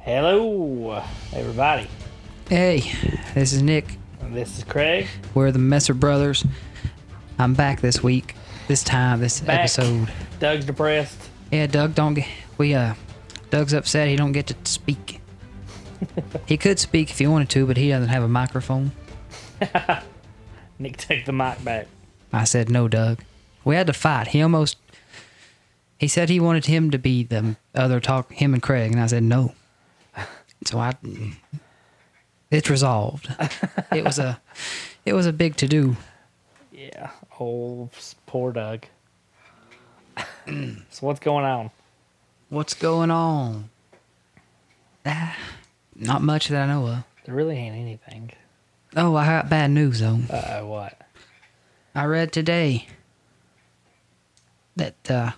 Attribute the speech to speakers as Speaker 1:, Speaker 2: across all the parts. Speaker 1: Hello, everybody.
Speaker 2: Hey, this is Nick.
Speaker 1: This is Craig.
Speaker 2: We're the Messer Brothers. I'm back this week. This time, this
Speaker 1: Back.
Speaker 2: episode.
Speaker 1: Doug's depressed.
Speaker 2: Yeah, Doug don't get we uh Doug's upset he don't get to speak. he could speak if he wanted to, but he doesn't have a microphone.
Speaker 1: Nick, take the mic back.
Speaker 2: I said no, Doug. We had to fight. He almost he said he wanted him to be the other talk him and Craig, and I said no. So I it's resolved. it was a it was a big to do.
Speaker 1: Yeah. Oh, s- poor Doug. so what's going on?
Speaker 2: What's going on? Ah, not much that I know of.
Speaker 1: There really ain't anything.
Speaker 2: Oh, I got bad news though.
Speaker 1: Uh oh, what?
Speaker 2: I read today that uh,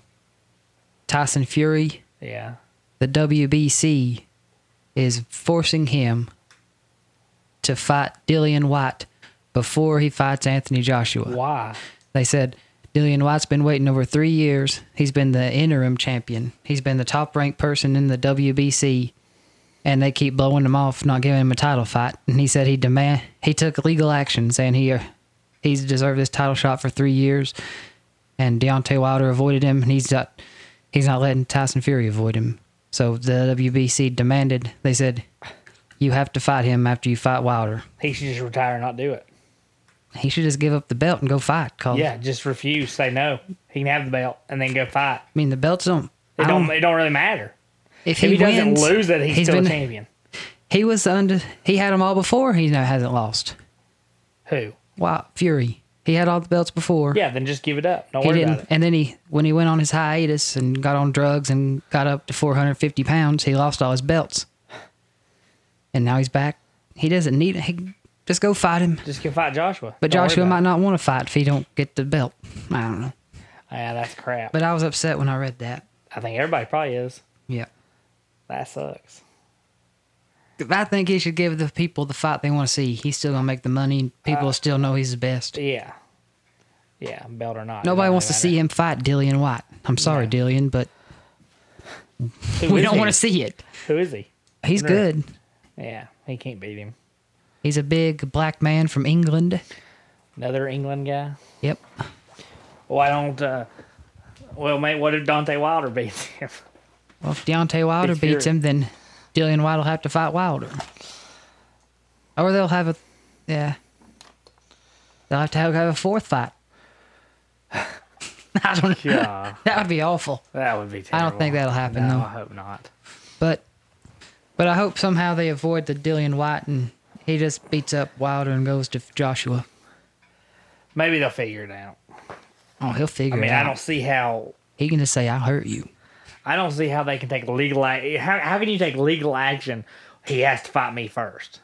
Speaker 2: Tyson Fury,
Speaker 1: Yeah.
Speaker 2: the WBC, is forcing him to fight Dillian White before he fights Anthony Joshua.
Speaker 1: Why?
Speaker 2: They said Dillian White's been waiting over three years. He's been the interim champion. He's been the top ranked person in the WBC, and they keep blowing him off, not giving him a title fight. And he said he demand he took legal action, saying he uh, he's deserved this title shot for three years. And Deontay Wilder avoided him, and he's not he's not letting Tyson Fury avoid him. So the WBC demanded. They said you have to fight him after you fight Wilder.
Speaker 1: He should just retire and not do it.
Speaker 2: He should just give up the belt and go fight. Call
Speaker 1: Yeah, just refuse. Say no. He can have the belt and then go fight.
Speaker 2: I mean the belts don't.
Speaker 1: It
Speaker 2: I
Speaker 1: don't. It don't really matter. If
Speaker 2: If he,
Speaker 1: he, doesn't
Speaker 2: wins,
Speaker 1: lose it, he's, still
Speaker 2: been,
Speaker 1: a champion.
Speaker 2: He was under. He had them all before. He now hasn't lost.
Speaker 1: Who?
Speaker 2: Wow, Fury. He had all the belts before.
Speaker 1: Yeah. Then just give it up. Don't
Speaker 2: he
Speaker 1: worry
Speaker 2: didn't.
Speaker 1: about it.
Speaker 2: And then he, when he went on his hiatus and got on drugs and got up to 450 pounds, he lost all his belts. And now he's back. He doesn't need. He just go fight him.
Speaker 1: Just go fight Joshua.
Speaker 2: But
Speaker 1: Don't worry
Speaker 2: Joshua
Speaker 1: about
Speaker 2: might
Speaker 1: it.
Speaker 2: not want to fight if he don't get the belt. I don't know.
Speaker 1: Yeah, that's crap.
Speaker 2: But I was upset when I read that.
Speaker 1: I think everybody probably is.
Speaker 2: Yeah.
Speaker 1: That sucks.
Speaker 2: I think he should give the people the fight they want to see. He's still gonna make the money.
Speaker 1: Uh,
Speaker 2: People still know he's the best.
Speaker 1: Yeah. Yeah, belt or not.
Speaker 2: Nobody wants to see him fight Dillian White. I'm sorry,
Speaker 1: No.
Speaker 2: Dillian, but we don't want to see it.
Speaker 1: Who is he?
Speaker 2: He's
Speaker 1: No.
Speaker 2: good.
Speaker 1: Yeah, he can't beat him.
Speaker 2: He's a big black man from England.
Speaker 1: Another England guy.
Speaker 2: Yep.
Speaker 1: Why don't? uh Well, mate, what if Dante Wilder beats him?
Speaker 2: Well, if Deontay Wilder
Speaker 1: It's
Speaker 2: beats
Speaker 1: Fury.
Speaker 2: him, then Dillian White will have to fight Wilder, or they'll have a yeah. They'll have to have, have a fourth fight. I don't know.
Speaker 1: Yeah,
Speaker 2: That would be awful.
Speaker 1: that would be.
Speaker 2: I
Speaker 1: Terrible.
Speaker 2: don't think that'll happen,
Speaker 1: No,
Speaker 2: though.
Speaker 1: I hope not.
Speaker 2: But but I hope somehow they avoid the Dillian White and he just beats up Wilder and goes to Joshua.
Speaker 1: Maybe they'll figure it out.
Speaker 2: Oh, he'll figure
Speaker 1: I mean,
Speaker 2: it out.
Speaker 1: I don't see how.
Speaker 2: He can just say, "I hurt you."
Speaker 1: I don't see how they can take legal. ac how, how can you take legal action? He has to fight me first.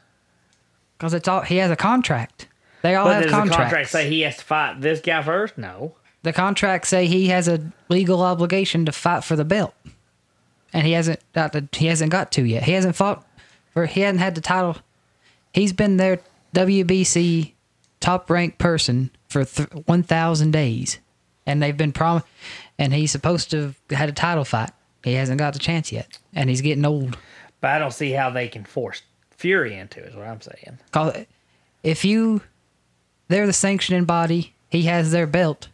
Speaker 2: Because it's all he has a contract. They all
Speaker 1: But
Speaker 2: have
Speaker 1: does
Speaker 2: contracts.
Speaker 1: the contract say he has to fight this guy first? No.
Speaker 2: the contracts say he has a legal obligation to fight for the belt, and he hasn't got the, he hasn't got to yet. He hasn't fought for he hasn't had the title. He's been their WBC top ranked person for th- one thousand days, and they've been prom, and he's supposed to have had a title fight. He hasn't got the chance yet, and he's getting old.
Speaker 1: But I don't see how they can force Fury into it. Is what I'm saying.
Speaker 2: Cause if you, they're the sanctioning body. He has their belt.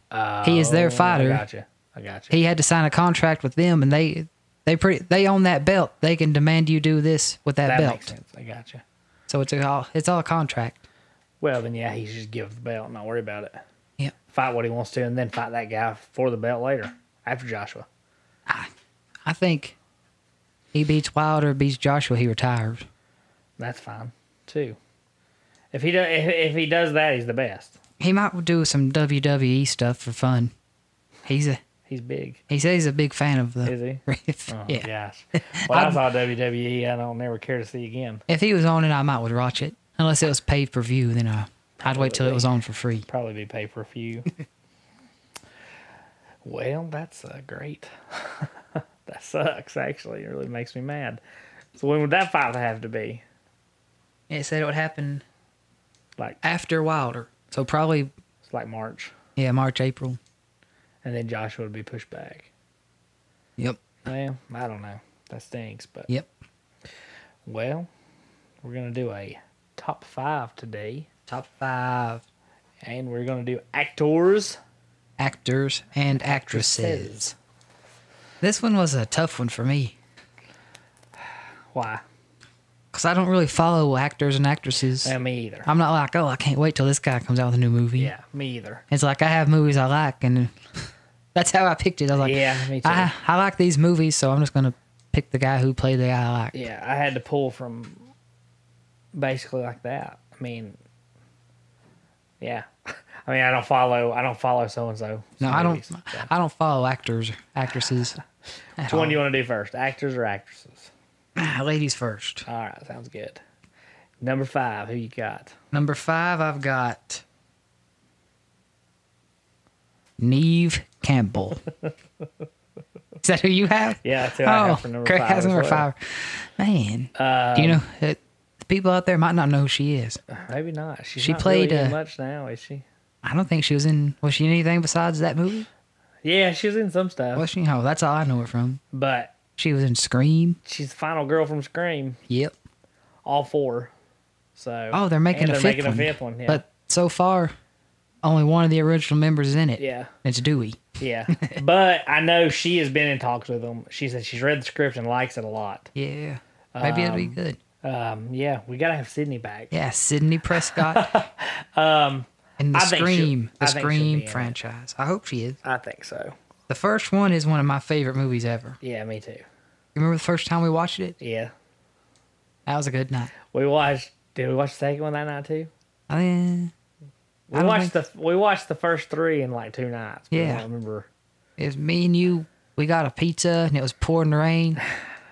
Speaker 2: he is
Speaker 1: Oh,
Speaker 2: their
Speaker 1: I
Speaker 2: fighter.
Speaker 1: gotcha. I gotcha.
Speaker 2: He had to sign a contract with them, and they they pretty they own that belt. They can demand you do this with that,
Speaker 1: that
Speaker 2: belt.
Speaker 1: makes sense. I gotcha.
Speaker 2: So it's all it's all a contract.
Speaker 1: Well, then yeah, he should just give the belt, and not worry about it.
Speaker 2: Yeah,
Speaker 1: Fight what he wants to, and then fight that guy for the belt later after Joshua.
Speaker 2: I think he beats Wilder, beats Joshua, he retires.
Speaker 1: That's fine too. If he does, if, if he does that, he's the best.
Speaker 2: He might do some WWE stuff for fun. He's a
Speaker 1: He's big.
Speaker 2: he says he's a big fan of the.
Speaker 1: Is he?
Speaker 2: if-
Speaker 1: Oh,
Speaker 2: yeah.
Speaker 1: Gosh. Well, I
Speaker 2: I'd-
Speaker 1: saw WWE. I don't never care to see again.
Speaker 2: If he was on it, I might would watch it. Unless it was pay per view, then I I'd wait till it was on for free.
Speaker 1: Probably be pay per view. well, that's uh, great. that sucks. Actually, it really makes me mad. So when would that fight have to be?
Speaker 2: It said it would happen
Speaker 1: Like
Speaker 2: after Wilder, so probably
Speaker 1: it's like March,
Speaker 2: yeah March April.
Speaker 1: and then Joshua would be pushed back.
Speaker 2: Yep.
Speaker 1: Well, I don't know. That stinks, but
Speaker 2: Yep.
Speaker 1: Well, we're gonna do a top five today,
Speaker 2: Top five
Speaker 1: and we're gonna do actors.
Speaker 2: actors and actresses. This one was a tough one for me
Speaker 1: Why?
Speaker 2: because I don't really follow actors and actresses.
Speaker 1: Yeah, me either.
Speaker 2: I'm not like, oh, I can't wait till this guy comes out with a new movie.
Speaker 1: Yeah, me either.
Speaker 2: It's like I have movies I like, and that's how I picked it. I was like,
Speaker 1: Yeah, me too.
Speaker 2: I, I like these movies, so I'm just gonna pick the guy who played the guy I like.
Speaker 1: Yeah, I had to pull from basically like that. I mean, yeah. I mean, I don't follow. I don't follow so and so.
Speaker 2: No, I don't. I don't follow actors, actresses. at
Speaker 1: Which one
Speaker 2: all.
Speaker 1: do you want to do first, actors or actresses?
Speaker 2: Ladies first.
Speaker 1: All right, sounds good. Number five, who you got?
Speaker 2: Number five, I've got Neve Campbell. Is that who you have?
Speaker 1: Yeah, that's who I
Speaker 2: Oh,
Speaker 1: have for number
Speaker 2: Craig
Speaker 1: five. as
Speaker 2: has number
Speaker 1: well. Um,
Speaker 2: five. Man, do you know it, the people out there might not know who she is.
Speaker 1: Maybe not. She's
Speaker 2: She
Speaker 1: not really
Speaker 2: played,
Speaker 1: in
Speaker 2: uh,
Speaker 1: much now, is she?
Speaker 2: I don't think she was in. Was she in anything besides that movie?
Speaker 1: Yeah, she was in some stuff,
Speaker 2: Was she? Oh, that's all I know her from.
Speaker 1: but
Speaker 2: She was in Scream.
Speaker 1: she's the final girl from Scream,
Speaker 2: Yep.
Speaker 1: all four. So
Speaker 2: Oh, they're making
Speaker 1: and
Speaker 2: a
Speaker 1: they're
Speaker 2: fifth
Speaker 1: making
Speaker 2: one.
Speaker 1: a fifth one. Yeah,
Speaker 2: But so far, only one of the original members is in it.
Speaker 1: yeah.
Speaker 2: It's Dewey.
Speaker 1: Yeah, but I know she has been in talks with them. She said she's read the script and likes it a lot.
Speaker 2: Yeah. Maybe it'll be good.
Speaker 1: Um, yeah, we gotta have Sydney back.
Speaker 2: Yeah, Sydney Prescott. um, and the
Speaker 1: I think she'll-
Speaker 2: Scream,
Speaker 1: I
Speaker 2: the
Speaker 1: think she'll be in
Speaker 2: Scream
Speaker 1: it.
Speaker 2: franchise. I hope she is.
Speaker 1: I think so.
Speaker 2: The first one is one of my favorite movies ever.
Speaker 1: Yeah, me too.
Speaker 2: You remember the first time we watched it?
Speaker 1: Yeah,
Speaker 2: That was a good night.
Speaker 1: we watched. Did we watch the second one that night too?
Speaker 2: I
Speaker 1: Uh,
Speaker 2: mean, I
Speaker 1: We
Speaker 2: don't
Speaker 1: watched the we watched the first three in like two nights. but I
Speaker 2: Yeah.
Speaker 1: don't remember.
Speaker 2: it was me and you. We got a pizza and it was pouring rain.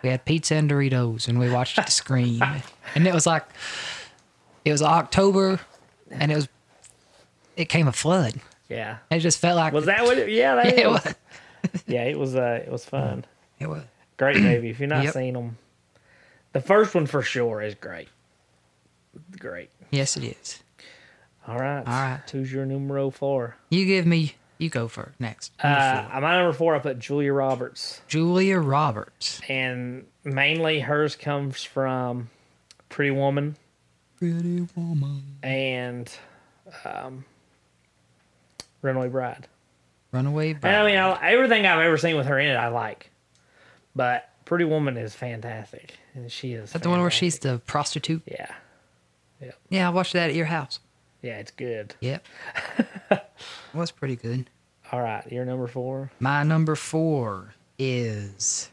Speaker 2: We had pizza and Doritos and we watched the Scream. and it was like, it was October, and it was, it came a flood.
Speaker 1: Yeah,
Speaker 2: It just felt like
Speaker 1: was that what? It, yeah, that
Speaker 2: It
Speaker 1: is.
Speaker 2: was.
Speaker 1: yeah, it was. Uh, it was fun.
Speaker 2: It was.
Speaker 1: Great movie. If you've not
Speaker 2: Yep.
Speaker 1: seen them, the first one for sure is great. Great.
Speaker 2: Yes, it is.
Speaker 1: All right. All
Speaker 2: right.
Speaker 1: Who's your numero four?
Speaker 2: You give me. You go for next. Number
Speaker 1: Uh,
Speaker 2: four.
Speaker 1: my number four, I put Julia Roberts,
Speaker 2: Julia Roberts.
Speaker 1: and mainly hers comes from Pretty Woman
Speaker 2: Pretty woman.
Speaker 1: and um, Runaway Bride.
Speaker 2: Runaway bride.
Speaker 1: And I mean, I, everything I've ever seen with her in it, I like, but Pretty Woman is fantastic, and she is.
Speaker 2: That's the one where she's the prostitute.
Speaker 1: yeah,
Speaker 2: Yeah, I watched that at your house.
Speaker 1: yeah, it's good.
Speaker 2: Yep. It was pretty good.
Speaker 1: All right, your number four.
Speaker 2: My number four is.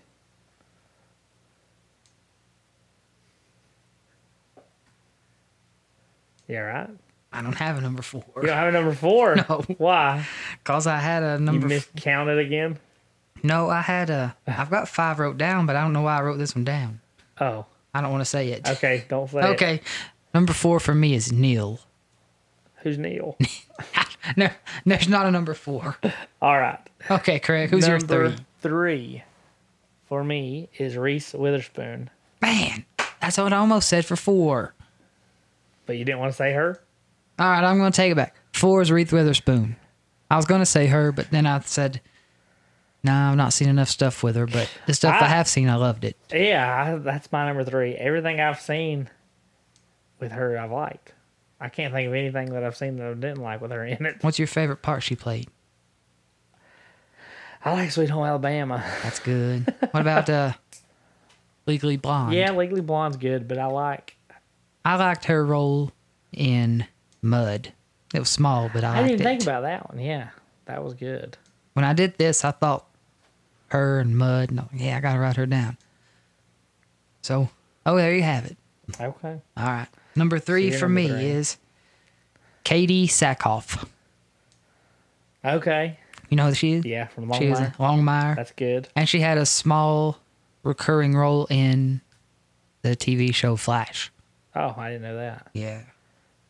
Speaker 1: Yeah, right.
Speaker 2: I don't have a number four.
Speaker 1: You don't have a number four.
Speaker 2: No.
Speaker 1: Why?
Speaker 2: Cause I had a
Speaker 1: You
Speaker 2: number. f-
Speaker 1: miscounted again.
Speaker 2: no, I had a. I've got five wrote down, but I don't know why I wrote this one down.
Speaker 1: Oh,
Speaker 2: I don't want to say it.
Speaker 1: okay. Don't say it.
Speaker 2: Okay. Number four for me is Neil.
Speaker 1: Who's Neil?
Speaker 2: No, no, it's not a number four.
Speaker 1: All right.
Speaker 2: Okay, Craig, who's your
Speaker 1: Number
Speaker 2: three?
Speaker 1: three for me is Reese Witherspoon,
Speaker 2: Man, that's what I almost said for four.
Speaker 1: but you didn't want to say her.
Speaker 2: All right, I'm going to take it back. Four is Reese Witherspoon. I was going to say her, but then I said, nah, I've not seen enough stuff with her, but the stuff I,
Speaker 1: I-
Speaker 2: have seen, I loved it.
Speaker 1: Yeah, I, that's my number three. Everything I've seen with her, I've liked. I can't think of anything that I've seen that I didn't like with her in it.
Speaker 2: What's your favorite part she played?
Speaker 1: I like Sweet Home Alabama.
Speaker 2: That's good. what about uh, Legally Blonde?
Speaker 1: Yeah, Legally Blonde's good, but I like.
Speaker 2: I liked her role in Mud. It was small, but
Speaker 1: I
Speaker 2: I liked
Speaker 1: didn't
Speaker 2: it.
Speaker 1: think about that one. Yeah, that was good.
Speaker 2: when I did this, I thought her and Mud. No, yeah, I gotta write her down. So, oh, there you have it.
Speaker 1: Okay.
Speaker 2: All right, number three
Speaker 1: you're
Speaker 2: for
Speaker 1: number
Speaker 2: me
Speaker 1: three.
Speaker 2: is Katie Sackhoff.
Speaker 1: Okay.
Speaker 2: You know who she is?
Speaker 1: Yeah, from
Speaker 2: she was in
Speaker 1: Longmire.
Speaker 2: Longmire,
Speaker 1: That's good.
Speaker 2: and she had a small recurring role in the TV show Flash.
Speaker 1: Oh, I didn't know that.
Speaker 2: Yeah,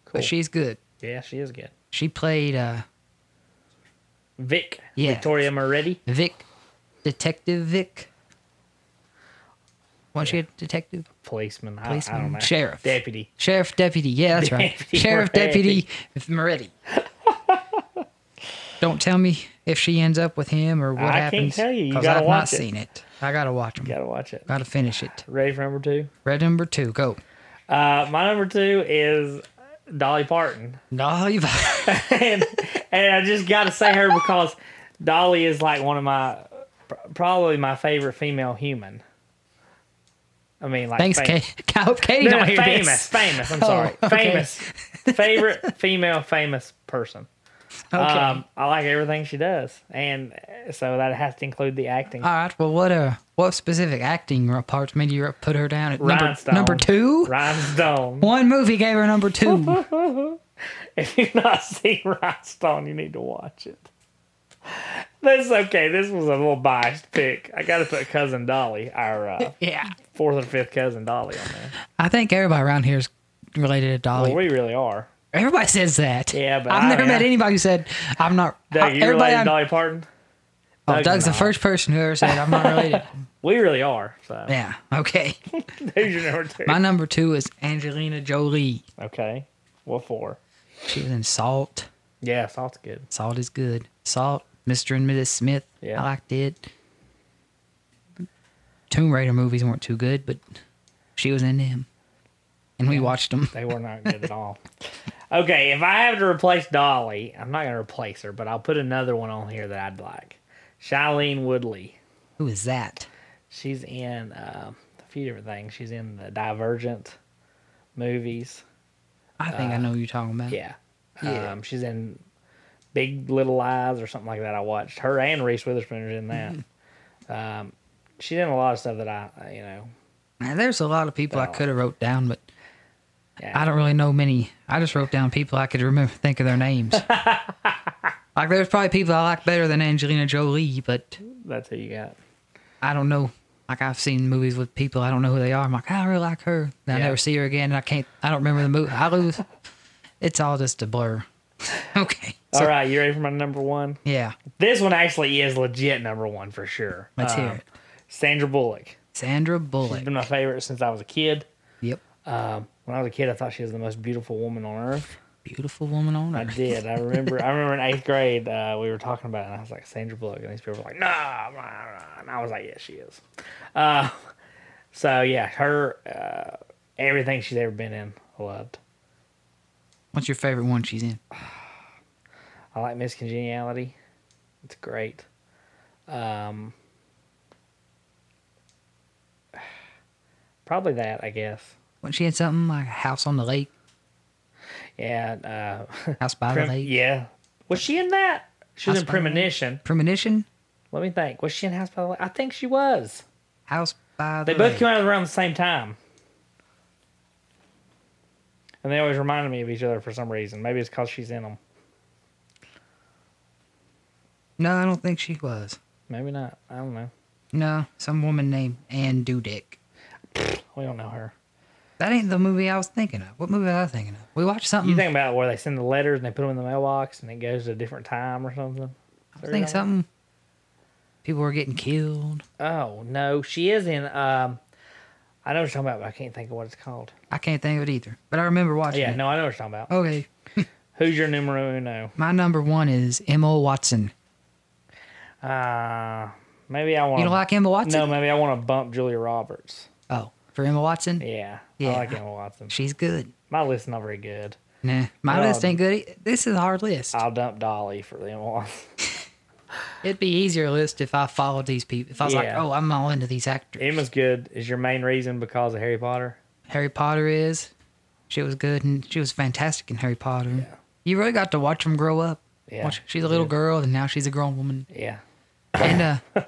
Speaker 1: Cool.
Speaker 2: but she's good.
Speaker 1: yeah, she is good.
Speaker 2: She played uh,
Speaker 1: Vic.
Speaker 2: Yes.
Speaker 1: Victoria Moretti.
Speaker 2: Vic, Detective Vic. Wasn't she a detective?
Speaker 1: Policeman. I- I,
Speaker 2: Policeman.
Speaker 1: don't know.
Speaker 2: Sheriff.
Speaker 1: Deputy.
Speaker 2: Sheriff Deputy. Yeah, that's
Speaker 1: Deputy
Speaker 2: right. Sheriff
Speaker 1: Moretti.
Speaker 2: Deputy Moretti. Don't tell me if she ends up with him or what
Speaker 1: I can't
Speaker 2: happens.
Speaker 1: tell you. You
Speaker 2: because
Speaker 1: gotta
Speaker 2: I've not
Speaker 1: watch it.
Speaker 2: seen it. I gotta watch them.
Speaker 1: Gotta watch it.
Speaker 2: Gotta finish it.
Speaker 1: Ready for number two?
Speaker 2: Red number two, go.
Speaker 1: Uh, my number two is Dolly Parton.
Speaker 2: No, you.
Speaker 1: and, and I just got to say her because Dolly is like one of my probably my favorite female human. I mean, like
Speaker 2: Thanks,
Speaker 1: fam-
Speaker 2: Kate. I hope Katie
Speaker 1: No,
Speaker 2: don't
Speaker 1: no,
Speaker 2: hear
Speaker 1: famous,
Speaker 2: this.
Speaker 1: famous. I'm
Speaker 2: Oh,
Speaker 1: sorry,
Speaker 2: okay.
Speaker 1: famous. favorite female famous person.
Speaker 2: Okay.
Speaker 1: Um, I like everything she does, and uh, so that has to include the acting.
Speaker 2: All right. Well, what uh, what specific acting parts made you put her down at number,
Speaker 1: Rhinestone.
Speaker 2: number two?
Speaker 1: Rhinestone.
Speaker 2: One movie gave her number two.
Speaker 1: If you've not seen Rhinestone, you need to watch it. That's okay. This was a little biased pick. I got to put cousin Dolly, our uh,
Speaker 2: yeah.
Speaker 1: fourth or fifth cousin Dolly, on there.
Speaker 2: I think everybody around here is related to Dolly.
Speaker 1: Well, we really are.
Speaker 2: everybody says that.
Speaker 1: Yeah, but
Speaker 2: I've
Speaker 1: I
Speaker 2: never
Speaker 1: mean,
Speaker 2: met
Speaker 1: I-
Speaker 2: anybody who said I'm not. I-
Speaker 1: Doug, you
Speaker 2: everybody,
Speaker 1: related to
Speaker 2: I'm,
Speaker 1: Dolly Parton?
Speaker 2: oh,
Speaker 1: Doug's
Speaker 2: Doug's the
Speaker 1: not.
Speaker 2: first person who ever said I'm not related.
Speaker 1: We really are. So
Speaker 2: yeah. Okay.
Speaker 1: who's your number two?
Speaker 2: My number two is Angelina Jolie.
Speaker 1: Okay. What for?
Speaker 2: She was in Salt.
Speaker 1: Yeah, salt's good.
Speaker 2: Salt is good. Salt, Mr. and Mrs. Smith.
Speaker 1: Yeah.
Speaker 2: I liked it. Tomb Raider movies weren't too good, but she was in them. And we watched them.
Speaker 1: They were not good at all. Okay, if I have to replace Dolly, I'm not gonna replace her, but I'll put another one on here that I'd like. Shailene Woodley.
Speaker 2: Who is that?
Speaker 1: She's in uh, a few different things. She's in the Divergent movies.
Speaker 2: I think I know who you're talking about.
Speaker 1: Uh, Yeah.
Speaker 2: Yeah.
Speaker 1: Um, she's in Big Little Lies or something like that. I watched her and Reese Witherspoon was in that.
Speaker 2: Mm-hmm.
Speaker 1: Um, she's in a lot of stuff that I, I, you know,
Speaker 2: Now, there's a lot of people I
Speaker 1: Oh.
Speaker 2: could have wrote down, but
Speaker 1: Yeah.
Speaker 2: I don't really know many. I just wrote down people I could remember, think of their names. like, there's probably people I like better than Angelina Jolie, but
Speaker 1: that's who you got.
Speaker 2: I don't know. Like I've seen movies with people I don't know who they are. I'm like, "Ah, I really like her. Then I
Speaker 1: Yeah.
Speaker 2: never see her again. And I can't. I don't remember the movie. I lose. It's all just a blur. okay. So,
Speaker 1: All right, you ready for my number one?
Speaker 2: Yeah.
Speaker 1: This one actually is legit number one for sure.
Speaker 2: Let's hear
Speaker 1: Um,
Speaker 2: it.
Speaker 1: Sandra Bullock.
Speaker 2: Sandra
Speaker 1: She's
Speaker 2: Bullock.
Speaker 1: been my favorite since I was a kid.
Speaker 2: Yep.
Speaker 1: Um, when I was a kid, I thought she was the most beautiful woman on earth.
Speaker 2: Beautiful woman on
Speaker 1: I
Speaker 2: earth.
Speaker 1: did. I remember. I remember in eighth grade, uh, we were talking about it, and I was like Sandra Bullock, and these people were like, "No," and I was like, "Yeah, she is." Uh, so yeah, her uh, everything she's ever been in, I loved.
Speaker 2: What's your favorite one she's in?
Speaker 1: I like Miss Congeniality. It's great. Um, probably that, I guess.
Speaker 2: When she had something like House on the Lake,
Speaker 1: Yeah. Uh,
Speaker 2: House by
Speaker 1: Prem-
Speaker 2: the Lake,
Speaker 1: yeah. Was she in that? She was
Speaker 2: House
Speaker 1: in
Speaker 2: by the Lake.
Speaker 1: Premonition.
Speaker 2: Premonition,
Speaker 1: Let me think. Was she in House by the Lake? I think she was.
Speaker 2: House by the
Speaker 1: They both
Speaker 2: Lake.
Speaker 1: came out around the same time. And they always reminded me of each other for some reason. Maybe it's because she's in them.
Speaker 2: no, I don't think she was.
Speaker 1: Maybe not. I don't know.
Speaker 2: No, some woman named Ann Dudick.
Speaker 1: We don't know her.
Speaker 2: That ain't the movie I was thinking of. What movie was I thinking of? We watched something.
Speaker 1: You think about where they send the letters and they put them in the mailbox and it goes to a different time or something?
Speaker 2: I think something. People were getting killed.
Speaker 1: Oh, no. She is in. Um, I know what you're talking about, but I can't think of what it's called.
Speaker 2: I can't think of it either, but I remember watching
Speaker 1: Oh, Yeah,
Speaker 2: it.
Speaker 1: no, I know what you're talking about.
Speaker 2: Okay,
Speaker 1: Who's your numero uno?
Speaker 2: my number one is Emma Watson.
Speaker 1: Uh, maybe I want
Speaker 2: You don't like Emma Watson?
Speaker 1: Oh. No, maybe I want to bump Julia Roberts.
Speaker 2: Oh, for Emma Watson,
Speaker 1: Yeah, I
Speaker 2: Yeah.
Speaker 1: like Emma Watson.
Speaker 2: she's good.
Speaker 1: My list's not very good.
Speaker 2: Nah, my
Speaker 1: Oh.
Speaker 2: list ain't good. e- This is a hard list.
Speaker 1: I'll dump Dolly for Emma Watson.
Speaker 2: It'd be easier list if I followed these people. If I was like,
Speaker 1: Yeah.
Speaker 2: oh, I'm all into these actors.
Speaker 1: Emma's good. Is your main reason because of Harry Potter?
Speaker 2: Harry Potter is. She was good and she was fantastic in Harry Potter. You really got to watch them grow up.
Speaker 1: Yeah,
Speaker 2: Watch- she's a little girl and now she's a grown woman.
Speaker 1: Yeah.
Speaker 2: And uh,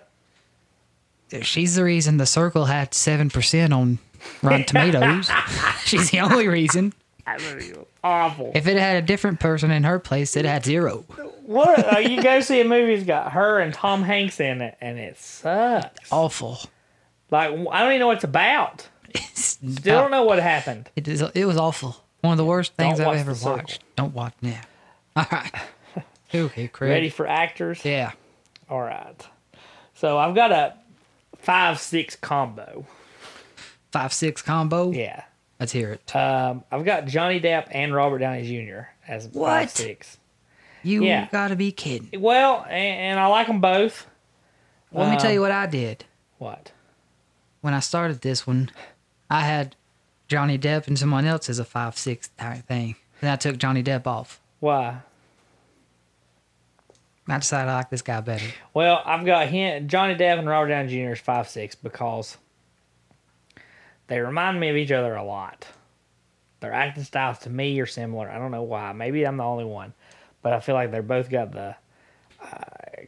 Speaker 2: she's the reason the circle had 7% on Rotten Tomatoes. she's the only reason.
Speaker 1: That movie was awful.
Speaker 2: If it had a different person in her place, it had zero.
Speaker 1: What? Uh, you go see a movie that's got her and Tom Hanks in it, and it sucks.
Speaker 2: Awful.
Speaker 1: Like I don't even know what it's about.
Speaker 2: It's
Speaker 1: Still
Speaker 2: about-
Speaker 1: don't know what happened.
Speaker 2: It, is, it was awful. One of the worst things
Speaker 1: Don't
Speaker 2: I've
Speaker 1: watch
Speaker 2: ever
Speaker 1: The Circle.
Speaker 2: watched. Don't watch now. All right. Okay, Craig.
Speaker 1: Ready for actors?
Speaker 2: Yeah.
Speaker 1: All right. So I've got a five six combo.
Speaker 2: Five six combo.
Speaker 1: Yeah.
Speaker 2: Let's hear it.
Speaker 1: Um, I've got Johnny Depp and Robert Downey Jr. as
Speaker 2: What?
Speaker 1: five six.
Speaker 2: You
Speaker 1: yeah.
Speaker 2: gotta be kidding.
Speaker 1: Well, and, and I like them both.
Speaker 2: Let me tell you what I did.
Speaker 1: What?
Speaker 2: when I started this one, I had Johnny Depp and someone else as a five six type thing. Then I took Johnny Depp off.
Speaker 1: Why?
Speaker 2: I decided I like this guy better.
Speaker 1: Well, I've got him, Johnny Depp and Robert Downey Jr. is five six because they remind me of each other a lot. Their acting styles to me are similar. I don't know why. Maybe I'm the only one, but I feel like they're both got the uh,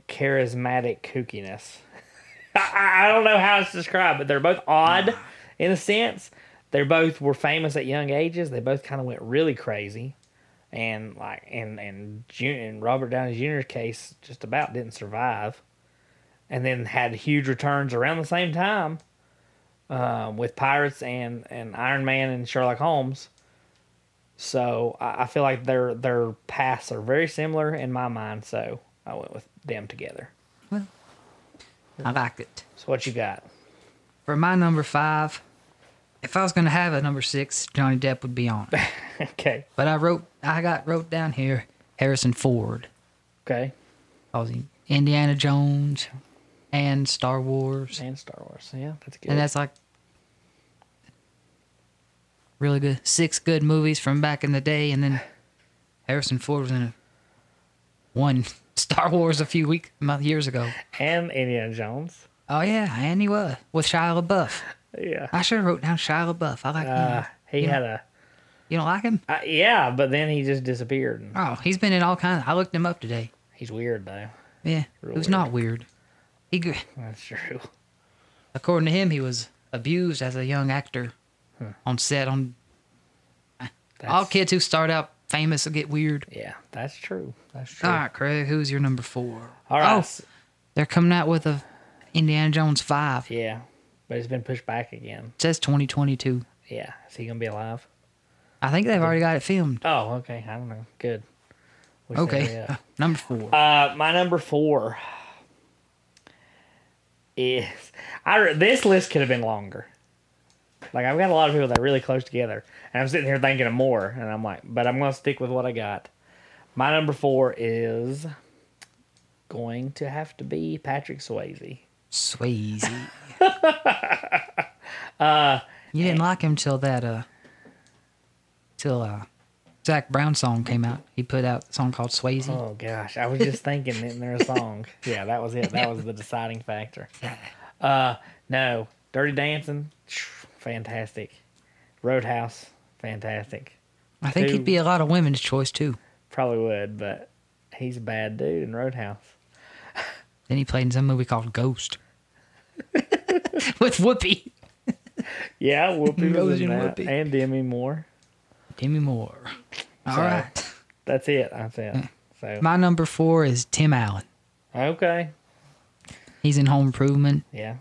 Speaker 1: charismatic kookiness. I- I, I don't know how it's described, but they're both odd in a sense. They both were famous at young ages. They both kind of went really crazy, and like and and Ju- and Robert Downey Jr.'s case just about didn't survive, and then had huge returns around the same time, um, with Pirates and and Iron Man and Sherlock Holmes. So I, I feel like their their paths are very similar in my mind. So I went with them together.
Speaker 2: I liked it.
Speaker 1: So what you got?
Speaker 2: For my number five, if I was gonna have a number six, Johnny Depp would be on. it.
Speaker 1: okay.
Speaker 2: But I wrote I got wrote down here Harrison Ford.
Speaker 1: Okay.
Speaker 2: I was in Indiana Jones and Star Wars.
Speaker 1: And Star Wars. Yeah, that's good.
Speaker 2: And that's like really good. Six good movies from back in the day, and then Harrison Ford was in a, one Star Wars a few weeks years ago.
Speaker 1: and Indiana Jones.
Speaker 2: Oh yeah, and he was with Shia LaBeouf.
Speaker 1: Yeah.
Speaker 2: I should have wrote down Shia LaBeouf. I like
Speaker 1: Uh,
Speaker 2: him.
Speaker 1: he
Speaker 2: You know-
Speaker 1: had a
Speaker 2: You don't like him?
Speaker 1: uh, yeah, but then he just disappeared. And
Speaker 2: Oh, he's been in all kinds. I looked him up today.
Speaker 1: he's weird though.
Speaker 2: Yeah,
Speaker 1: Real
Speaker 2: it was not weird. He, gr-
Speaker 1: That's true.
Speaker 2: according to him, he was abused as a young actor on set. On
Speaker 1: That's,
Speaker 2: all kids who start out famous will get weird.
Speaker 1: Yeah, that's true. That's true.
Speaker 2: All right, Craig, who's your number four?
Speaker 1: All right.
Speaker 2: Oh, they're coming out with a Indiana Jones 5. It
Speaker 1: Yeah, but it's been pushed back again.
Speaker 2: says 2022.
Speaker 1: Yeah, is he gonna be alive?
Speaker 2: I think they've already got it filmed.
Speaker 1: Oh, okay. I don't know. Good. Wish they hurry
Speaker 2: Okay.
Speaker 1: up.
Speaker 2: Number four.
Speaker 1: Uh, my number four is I. re- This list could have been longer. Like I've got a lot of people that are really close together, and I'm sitting here thinking of more, and I'm like, but I'm gonna stick with what I got. My number four is going to have to be Patrick Swayze.
Speaker 2: Swayze.
Speaker 1: Uh,
Speaker 2: you
Speaker 1: eh.
Speaker 2: didn't like him till that, uh, till, uh, Zach Brown song came out. He put out a song called Swayze.
Speaker 1: Oh gosh, I was just thinking in their song. Yeah, that was it. That was the deciding factor. Uh, no, Dirty Dancing, fantastic. Roadhouse, fantastic.
Speaker 2: I think
Speaker 1: two.
Speaker 2: he'd be a lot of women's choice too.
Speaker 1: Probably would, but he's a bad dude in Roadhouse.
Speaker 2: Then he played in some movie called Ghost with Whoopi,
Speaker 1: Yeah, Whoopi was
Speaker 2: Goes
Speaker 1: in
Speaker 2: in
Speaker 1: that,
Speaker 2: Whoopi.
Speaker 1: and Demi Moore.
Speaker 2: Demi Moore. All
Speaker 1: So-
Speaker 2: right.
Speaker 1: That's it. That's it.
Speaker 2: Mm.
Speaker 1: So
Speaker 2: My number four is Tim Allen.
Speaker 1: okay,
Speaker 2: He's in Home Improvement.
Speaker 1: yeah,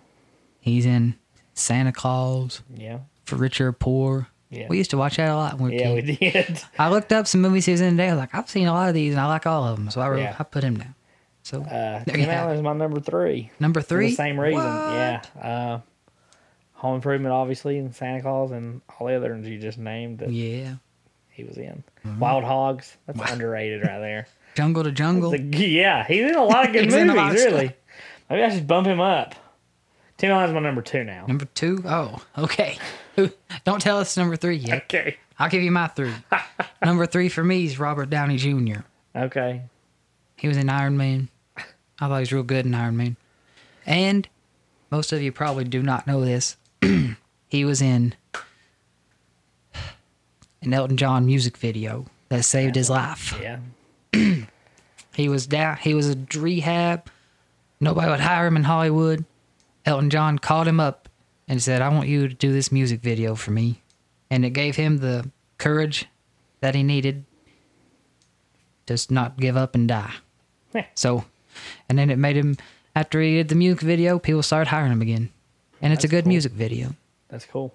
Speaker 2: He's in Santa Claus,
Speaker 1: yeah,
Speaker 2: For Rich or Poor.
Speaker 1: Yeah.
Speaker 2: We used to watch that a lot when we were
Speaker 1: yeah. We
Speaker 2: kids.
Speaker 1: did.
Speaker 2: I looked up some movies he was in today. I was like, I've seen a lot of these and I like all of them. So I, wrote,
Speaker 1: Yeah.
Speaker 2: I put him down. So
Speaker 1: Uh,
Speaker 2: There
Speaker 1: Tim
Speaker 2: you have
Speaker 1: Allen is my number three.
Speaker 2: number
Speaker 1: For
Speaker 2: three.
Speaker 1: the same reason.
Speaker 2: What?
Speaker 1: Yeah. Uh, Home Improvement, obviously, and Santa Claus, and all the other ones you just named that
Speaker 2: Yeah.
Speaker 1: he was in.
Speaker 2: Mm-hmm.
Speaker 1: Wild Hogs. That's underrated right there.
Speaker 2: Jungle to Jungle.
Speaker 1: The- yeah, he's in a lot of good
Speaker 2: He's in a
Speaker 1: movies,
Speaker 2: lot of
Speaker 1: really. Maybe I should bump him up. Tim Allen's my number two now.
Speaker 2: Number two. Oh, okay. Don't tell us number three yet.
Speaker 1: Okay.
Speaker 2: I'll give you my three. number three for me is Robert Downey Jr.
Speaker 1: Okay.
Speaker 2: He was in Iron Man. I thought he was real good in Iron Man. And most of you probably do not know this. he was in an Elton John music video that saved his life.
Speaker 1: Yeah.
Speaker 2: He was down. He was a rehab. Nobody would hire him in Hollywood. Elton John called him up and said, "I want you to do this music video for me," and it gave him the courage that he needed to s- not give up and die.
Speaker 1: Yeah.
Speaker 2: So, and then it made him. After he did the music video, people started hiring him again, and it's a good
Speaker 1: cool.
Speaker 2: music video.
Speaker 1: That's cool.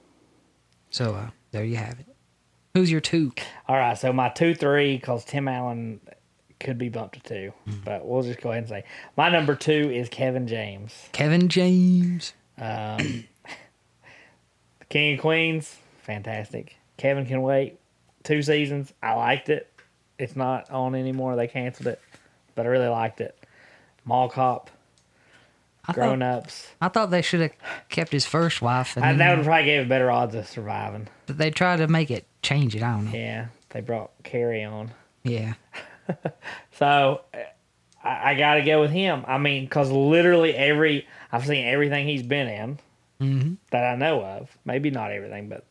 Speaker 2: So uh, there you have it. Who's your two?
Speaker 1: All right. So my two, three, because Tim Allen could be bumped to two, but we'll just go ahead and say my number two is Kevin James.
Speaker 2: Kevin James.
Speaker 1: The King of Queens, fantastic. Kevin Can Wait, two seasons. I liked it. It's not on anymore. They canceled it, but I really liked it. Mall Cop,
Speaker 2: I
Speaker 1: grown
Speaker 2: thought,
Speaker 1: ups.
Speaker 2: I thought they should have kept his first wife, and
Speaker 1: I-
Speaker 2: then-
Speaker 1: That would probably gave it better odds of surviving.
Speaker 2: but they tried to make it change it. I don't know.
Speaker 1: Yeah, they brought Carrie on.
Speaker 2: Yeah,
Speaker 1: So uh, I, I got to go with him. I mean, because literally every I've seen everything he's been in
Speaker 2: Mm-hmm.
Speaker 1: that I know of. Maybe not everything, but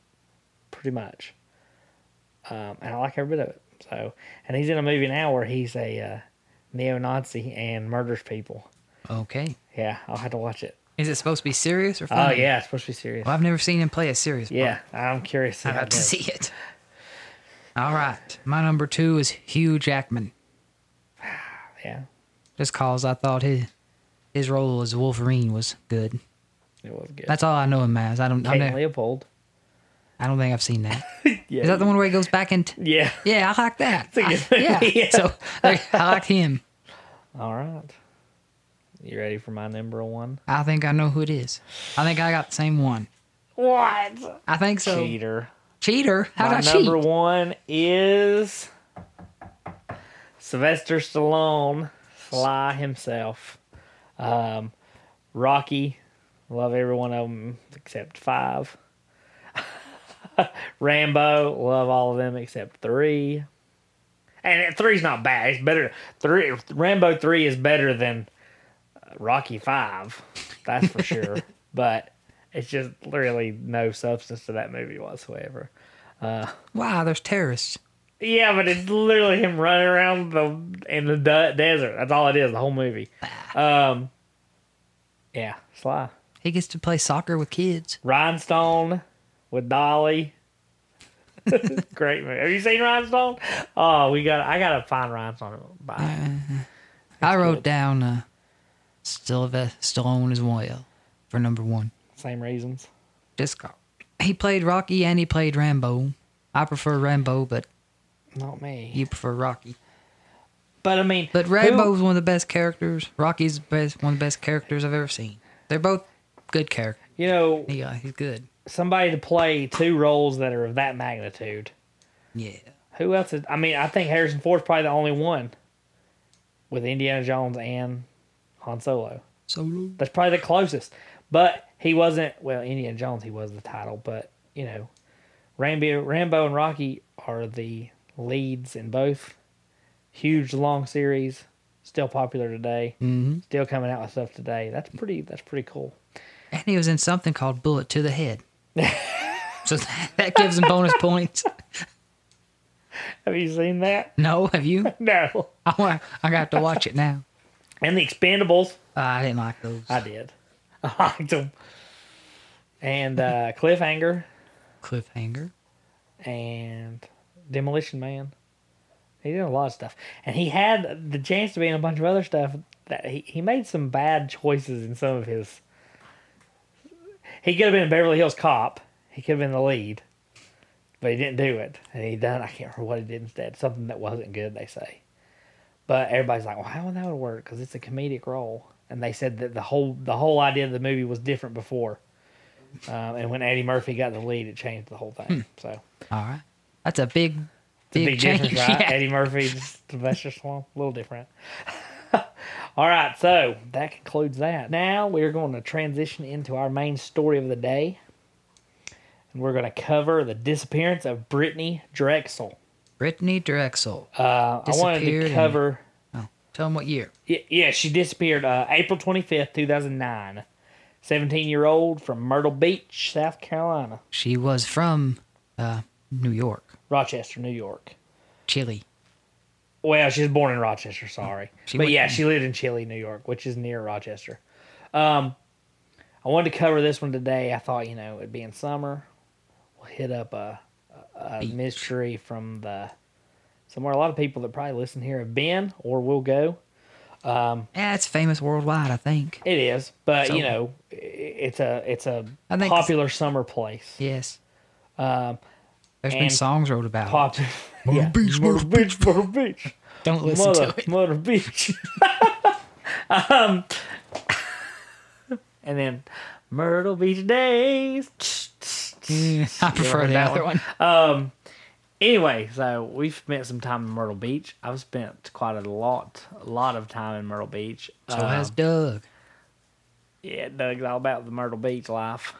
Speaker 1: pretty much. Um, and I like every bit of it. So, and he's in a movie now where he's a uh, neo-Nazi and murders people.
Speaker 2: Okay.
Speaker 1: Yeah, I'll have to watch it.
Speaker 2: Is it supposed to be serious or
Speaker 1: Oh
Speaker 2: funny?
Speaker 1: yeah, it's supposed to be serious.
Speaker 2: Well, I've never seen him play a serious. part.
Speaker 1: Yeah, I'm curious. to see
Speaker 2: I
Speaker 1: how
Speaker 2: have
Speaker 1: it
Speaker 2: to
Speaker 1: does.
Speaker 2: see it. All right. My number two is Hugh Jackman.
Speaker 1: Yeah,
Speaker 2: Just cause I thought his his role as Wolverine was good.
Speaker 1: it was good.
Speaker 2: That's all I know him as. I don't. I'm
Speaker 1: Kate
Speaker 2: not,
Speaker 1: Leopold.
Speaker 2: I don't think I've seen that.
Speaker 1: Yeah,
Speaker 2: Is that the one where he goes back and?
Speaker 1: yeah.
Speaker 2: Yeah, I like that.
Speaker 1: a good
Speaker 2: I- yeah.
Speaker 1: movie, yeah.
Speaker 2: So I like him.
Speaker 1: All right. You ready for my number one?
Speaker 2: I think I know who it is. I think I got the same one.
Speaker 1: What?
Speaker 2: I think so.
Speaker 1: Cheater.
Speaker 2: Cheater? How
Speaker 1: my
Speaker 2: did I cheat?
Speaker 1: number one is Sylvester Stallone, Sly himself. Um, Rocky, love every one of them except five. Rambo, love all of them except three. And three's not bad. It's better. Three Rambo three is better than uh, Rocky five. That's for sure. But it's just really no substance to that movie whatsoever.
Speaker 2: Wow, there's terrorists.
Speaker 1: Yeah, but it's literally him running around the in the de- desert. That's all it is. The whole movie. Um, yeah, Sly
Speaker 2: He gets to play soccer with kids.
Speaker 1: Rhinestone with Dolly. Great movie. Have you seen Rhinestone? Oh, we got. I gotta find Rhinestone. Bye.
Speaker 2: I wrote down uh, Sylvester Stallone as well for number one.
Speaker 1: Same reasons.
Speaker 2: Just call. He played Rocky and he played Rambo. I prefer Rambo, but
Speaker 1: Not me.
Speaker 2: you prefer Rocky.
Speaker 1: But I mean,
Speaker 2: But
Speaker 1: who-
Speaker 2: Rambo was one of the best characters. Rocky's the best, one of the best characters I've ever seen. They're both good characters.
Speaker 1: you know,
Speaker 2: Yeah, he's good.
Speaker 1: somebody to play two roles that are of that magnitude.
Speaker 2: Yeah.
Speaker 1: Who else? Is, I mean, I think Harrison Ford's probably the only one with Indiana Jones and Han Solo.
Speaker 2: Solo.
Speaker 1: That's probably the closest. But he wasn't. Well, Indiana Jones, he was the title. But you know, Rambo, Rambo and Rocky are the leads in both. Huge long series, still popular today.
Speaker 2: Mhm.
Speaker 1: Still coming out with stuff today. That's pretty. That's pretty cool.
Speaker 2: And he was in something called Bullet to the Head. so that, that gives him bonus points.
Speaker 1: Have you seen that?
Speaker 2: No, have you?
Speaker 1: No.
Speaker 2: I, want, I got to watch it now.
Speaker 1: And the Expendables.
Speaker 2: Uh, I didn't like those.
Speaker 1: I did. I liked them. And uh, Cliffhanger
Speaker 2: Cliffhanger.
Speaker 1: and Demolition Man. He did a lot of stuff, and he had the chance to be in a bunch of other stuff. That he, he made some bad choices in some of his. He could have been Beverly Hills Cop. He could have been the lead, but he didn't do it, and he done. I can't remember what he did instead. Something that wasn't good, they say. But everybody's like, "Well, how would that would work?" Because it's a comedic role, and they said that the whole the whole idea of the movie was different before. Um, and when Eddie Murphy got the lead, it changed the whole thing. So
Speaker 2: All right. That's a big,
Speaker 1: it's
Speaker 2: big,
Speaker 1: a big
Speaker 2: change.
Speaker 1: difference, right?
Speaker 2: Yeah.
Speaker 1: Eddie Murphy, Sylvester Stallone, a little different. All right, so that concludes that. Now we're going to transition into our main story of the day, and we're going to cover the disappearance of Brittany Drexel.
Speaker 2: Brittany Drexel.
Speaker 1: Uh, I wanted
Speaker 2: Disappeared
Speaker 1: to
Speaker 2: and-
Speaker 1: cover.
Speaker 2: Oh, tell him what year.
Speaker 1: Y- Yeah, she disappeared uh, April 25th, 2009. 17 year old from Myrtle Beach, South Carolina,
Speaker 2: She was from uh, New York,
Speaker 1: Rochester, New York.
Speaker 2: Chile.
Speaker 1: Well, she was born in Rochester, sorry.
Speaker 2: She
Speaker 1: but
Speaker 2: went-
Speaker 1: yeah, she lived in Chile, New York, which is near Rochester. Um, I wanted to cover this one today. I thought, you know, it being summer, we'll hit up a, a
Speaker 2: Beach.
Speaker 1: mystery from the somewhere a lot of people that probably listen here have been or will go.
Speaker 2: Yeah, it's famous worldwide, I think.
Speaker 1: It is, but
Speaker 2: So-
Speaker 1: you know, i- it's a it's a
Speaker 2: I think-
Speaker 1: popular summer place.
Speaker 2: Yes. Um, There's been
Speaker 1: and
Speaker 2: songs wrote about
Speaker 1: Pop.
Speaker 2: Myrtle
Speaker 1: yeah.
Speaker 2: Beach, Myrtle
Speaker 1: Beach, Myrtle Beach.
Speaker 2: it. Don't listen
Speaker 1: Mother,
Speaker 2: to it.
Speaker 1: Myrtle Beach. um, and then Myrtle Beach Days.
Speaker 2: Yeah, Mm, I prefer
Speaker 1: heard
Speaker 2: the
Speaker 1: that
Speaker 2: other
Speaker 1: one?
Speaker 2: one.
Speaker 1: Anyway, so we've spent some time in Myrtle Beach. I've spent quite a lot, a lot of time in Myrtle Beach.
Speaker 2: So
Speaker 1: Um,
Speaker 2: has Doug.
Speaker 1: Yeah, Doug's all about the Myrtle Beach life.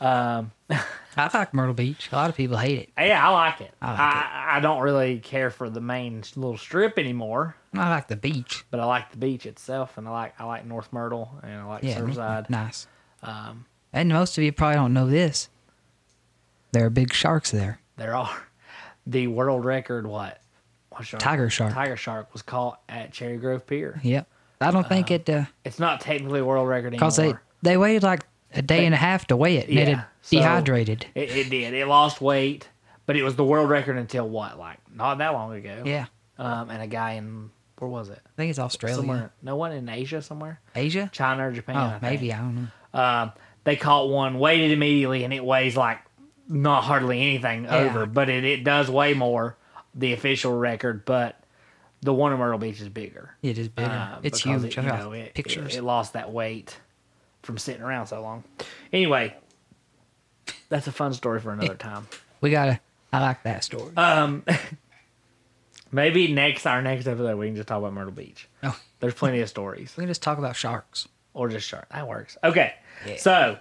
Speaker 1: Um,
Speaker 2: I like Myrtle Beach. A lot of people hate it.
Speaker 1: yeah, I like it. I,
Speaker 2: I like
Speaker 1: I, don't really care for the main little strip anymore,
Speaker 2: I like the beach.
Speaker 1: but I like the beach itself, and I like I like North Myrtle, and I like
Speaker 2: Yeah,
Speaker 1: Surfside.
Speaker 2: nice.
Speaker 1: Um,
Speaker 2: And most of you probably don't know this. There are big sharks there.
Speaker 1: there are the world record. What? what shark?
Speaker 2: Tiger shark.
Speaker 1: Tiger shark was caught at Cherry Grove Pier.
Speaker 2: Yep. I don't think it uh,
Speaker 1: It's not technically a world record anymore.
Speaker 2: cause they they waited like a day and a half to weigh it, and it
Speaker 1: Yeah,
Speaker 2: had
Speaker 1: so-
Speaker 2: dehydrated.
Speaker 1: It, it did. It lost weight, but it was the world record until what? Like not that long ago.
Speaker 2: yeah,
Speaker 1: Um, and a guy in where was it?
Speaker 2: I think it's Australia,
Speaker 1: Somewhere. No one in Asia somewhere.
Speaker 2: Asia.
Speaker 1: China or Japan. I
Speaker 2: Oh,
Speaker 1: think.
Speaker 2: maybe I don't know.
Speaker 1: Um, they caught one, weighed it immediately, and it weighs like not hardly anything over, but it, it does weigh more the official record. But the one in Myrtle Beach is bigger.
Speaker 2: It is bigger.
Speaker 1: Um,
Speaker 2: it's
Speaker 1: because
Speaker 2: huge.
Speaker 1: It,
Speaker 2: I
Speaker 1: you
Speaker 2: got
Speaker 1: know, it,
Speaker 2: pictures.
Speaker 1: It, it lost that weight from sitting around so long. Anyway, that's a fun story for another time.
Speaker 2: we gotta. I like that story.
Speaker 1: Maybe next our next episode we can just talk about Myrtle Beach.
Speaker 2: Oh,
Speaker 1: There's plenty of stories,
Speaker 2: we can just talk about sharks.
Speaker 1: or just shark. That works. Okay,
Speaker 2: Yeah.
Speaker 1: so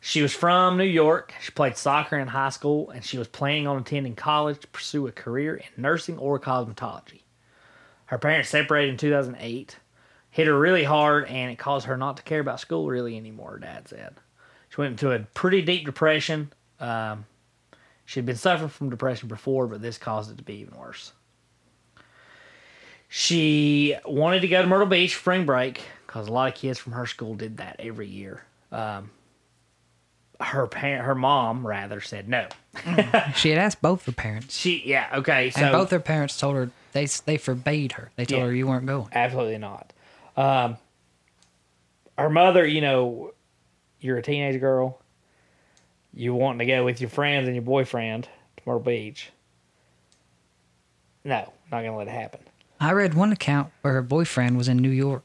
Speaker 1: she was from New York. She played soccer in high school, and she was planning on attending college to pursue a career in nursing or cosmetology. Her parents separated in 2008. Hit her really hard, and it caused her not to care about school really anymore. her Dad said she went into a pretty deep depression. Um, she'd been suffering from depression before, but this caused it to be even worse. She wanted to go to Myrtle Beach for spring break because a lot of kids from her school did that every year. Um, her parent, her mom rather said no.
Speaker 2: She had asked both her parents,
Speaker 1: She yeah okay so
Speaker 2: and both her parents told her they s- they forbade her. They told
Speaker 1: Yeah.
Speaker 2: her you weren't going.
Speaker 1: absolutely not. Um, her mother, you know, you're a teenage girl. You want to go with your friends and your boyfriend to Myrtle Beach. No, not gonna let it happen.
Speaker 2: I read one account where her boyfriend was in New York.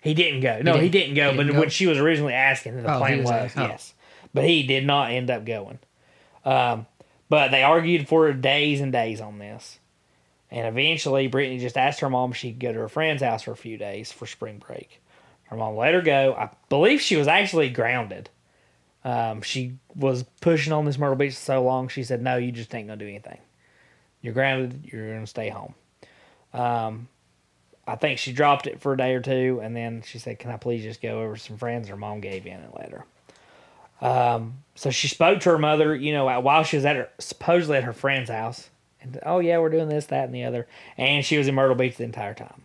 Speaker 1: He didn't go. No, he didn't,
Speaker 2: didn't-
Speaker 1: go.
Speaker 2: he
Speaker 1: but
Speaker 2: didn't
Speaker 1: when
Speaker 2: go?
Speaker 1: she was originally asking, the
Speaker 2: Oh, he
Speaker 1: plan was,
Speaker 2: was asking. Oh.
Speaker 1: yes. But he did not end up going. Um, but they argued for days and days on this. And eventually, Brittany just asked her mom if she could go to her friend's house for a few days for spring break. Her mom let her go. I believe she was actually grounded. Um, she was pushing on this Myrtle Beach so long, she said, No, you just ain't going to do anything. You're grounded. You're going to stay home. I think she dropped it for a day or two, and then she said, "Can I please just go over to some friends?" Her mom gave in and let her. Um, so she spoke to her mother, you know, while she was at her supposedly at her friend's house, and oh yeah, we're doing this, that, and the other, and she was in Myrtle Beach the entire time.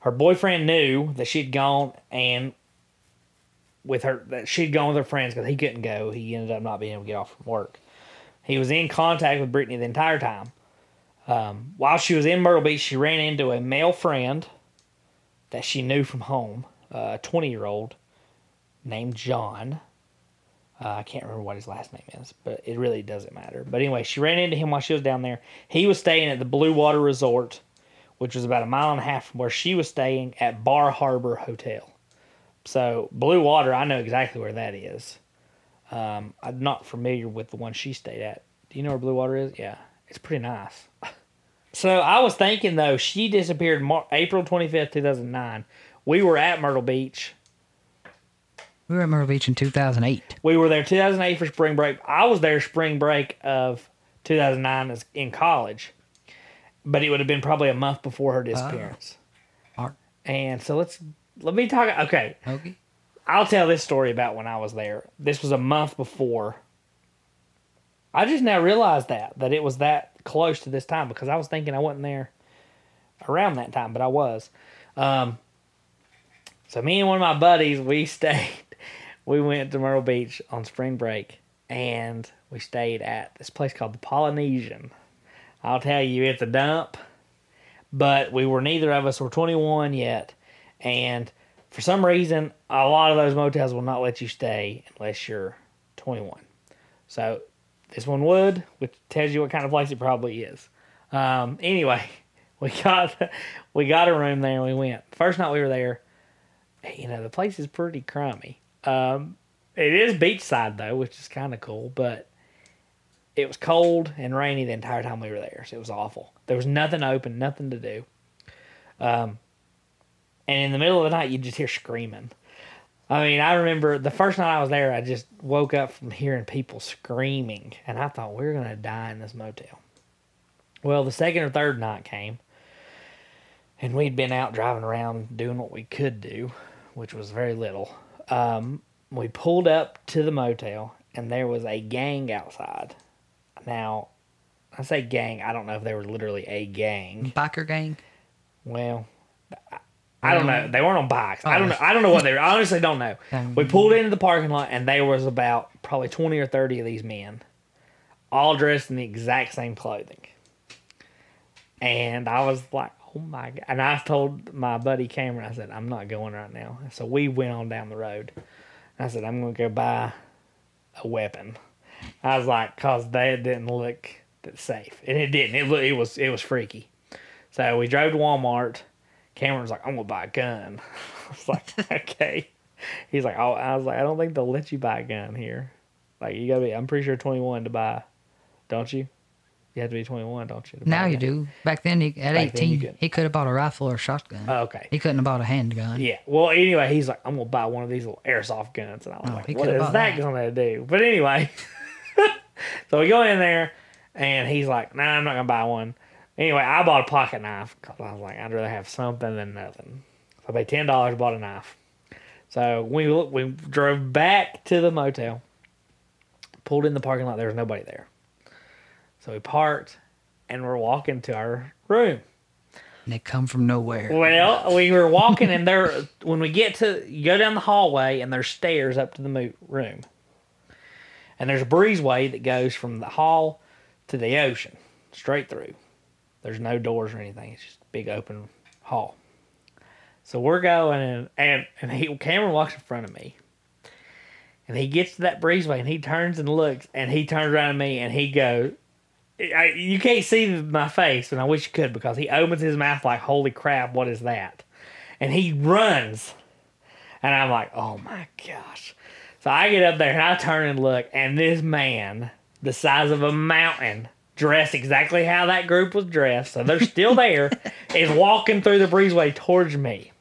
Speaker 1: Her boyfriend knew that she'd gone and with her that she'd gone with her friends because he couldn't go. He ended up not being able to get off from work. He was in contact with Brittany the entire time while she was in Myrtle Beach, she ran into a male friend that she knew from home, uh, a 20 year old named John. Uh, I can't remember what his last name is, but it really doesn't matter. But anyway, she ran into him while she was down there. He was staying at the Blue Water Resort, which was about a mile and a half from where she was staying at Bar Harbor Hotel. So, Blue Water, I know exactly where that is. Um, I'm not familiar with the one she stayed at. Do you know where Blue Water is? Yeah, it's pretty nice. So I was thinking though, she disappeared Mar- April twenty fifth, two thousand nine. We were at Myrtle Beach.
Speaker 2: We were at Myrtle Beach in 2008.
Speaker 1: We were there two thousand eight for spring break. I was there spring break of two thousand nine as in college, but it would have been probably a month before her disappearance.
Speaker 2: Mark,
Speaker 1: And so let's let me talk. Okay,
Speaker 2: okay.
Speaker 1: I'll tell this story about when I was there. This was a month before. I just now realized that that it was that close to this time because I was thinking I wasn't there around that time, but I was. Um, so me and one of my buddies, we stayed. We went to Myrtle Beach on spring break, and we stayed at this place called the Polynesian. I'll tell you, it's a dump but we were neither of us were 21 yet and for some reason a lot of those motels will not let you stay unless you're 21 so this one would which tells you what kind of place it probably is um, anyway we got we got a room there and we went first night we were there you know the place is pretty crummy um, it is beachside though which is kind of cool but it was cold and rainy the entire time we were there. So it was awful. There was nothing open, nothing to do. Um, and in the middle of the night, you just hear screaming. I mean, I remember the first night I was there, I just woke up from hearing people screaming, and I thought we were going to die in this motel. Well, the second or third night came, and we'd been out driving around doing what we could do, which was very little. Um, we pulled up to the motel, and there was a gang outside. Now, I say gang, I don't know if they were literally a gang.
Speaker 2: Biker gang.
Speaker 1: Well, I don't know. They weren't on bikes. I don't know. I don't know what they were. I honestly don't know. We pulled into the parking lot and there was about probably 20 or 30 of these men, all dressed in the exact same clothing. And I was like, oh my God. And I told my buddy Cameron, I said, I'm not going right now. So we went on down the road. I said, I'm going to go buy a weapon. I was like, because they didn't look that safe. And it didn't. It, look, it was It was freaky. So we drove to Walmart. Cameron's like, I'm gonna buy a gun. I was like, okay. He's like, oh, I was like, I don't think they'll let you buy a gun here. Like, you gotta be. I'm pretty sure 21 to buy, don't you? You have to be 21, don't you? to buy
Speaker 2: Now
Speaker 1: a
Speaker 2: you
Speaker 1: gun?
Speaker 2: do. Back then, he, at
Speaker 1: Back then you
Speaker 2: 18,
Speaker 1: couldn't.
Speaker 2: he could have bought a rifle or a shotgun.
Speaker 1: Oh, okay.
Speaker 2: he couldn't have bought a handgun.
Speaker 1: Yeah. Well, anyway, he's like, I'm gonna buy one of these little airsoft guns, and I was
Speaker 2: Oh, he
Speaker 1: like,
Speaker 2: could
Speaker 1: what
Speaker 2: have
Speaker 1: is
Speaker 2: bought
Speaker 1: that
Speaker 2: that.
Speaker 1: gonna do? But anyway, so we go in there, and he's like, Nah, I'm not gonna buy one. Anyway, I bought a pocket knife 'cause I was like, I'd rather have something than nothing. So I paid ten dollars, bought a knife. So we look, we drove back to the motel, pulled in the parking lot. There was nobody there, so we parked, and we're walking to our room.
Speaker 2: And it come from nowhere.
Speaker 1: Well, we were walking, and there when we get to you go down the hallway, and there's stairs up to the mo- room, and there's a breezeway that goes from the hall to the ocean, straight through. There's no doors or anything; it's just a big open hall. So we're going, and and, and he Cameron walks in front of me, and he gets to that breezeway, and he turns and looks, and he turns around at me, and he goes. I, you can't see my face, and I wish you could because he opens his mouth like, "Holy crap, what is that?" And he runs, and I'm like, "Oh my gosh!" So I get up there and I turn and look, and this man, the size of a mountain, dressed exactly how that group was dressed, so they're still there, is walking through the breezeway towards me.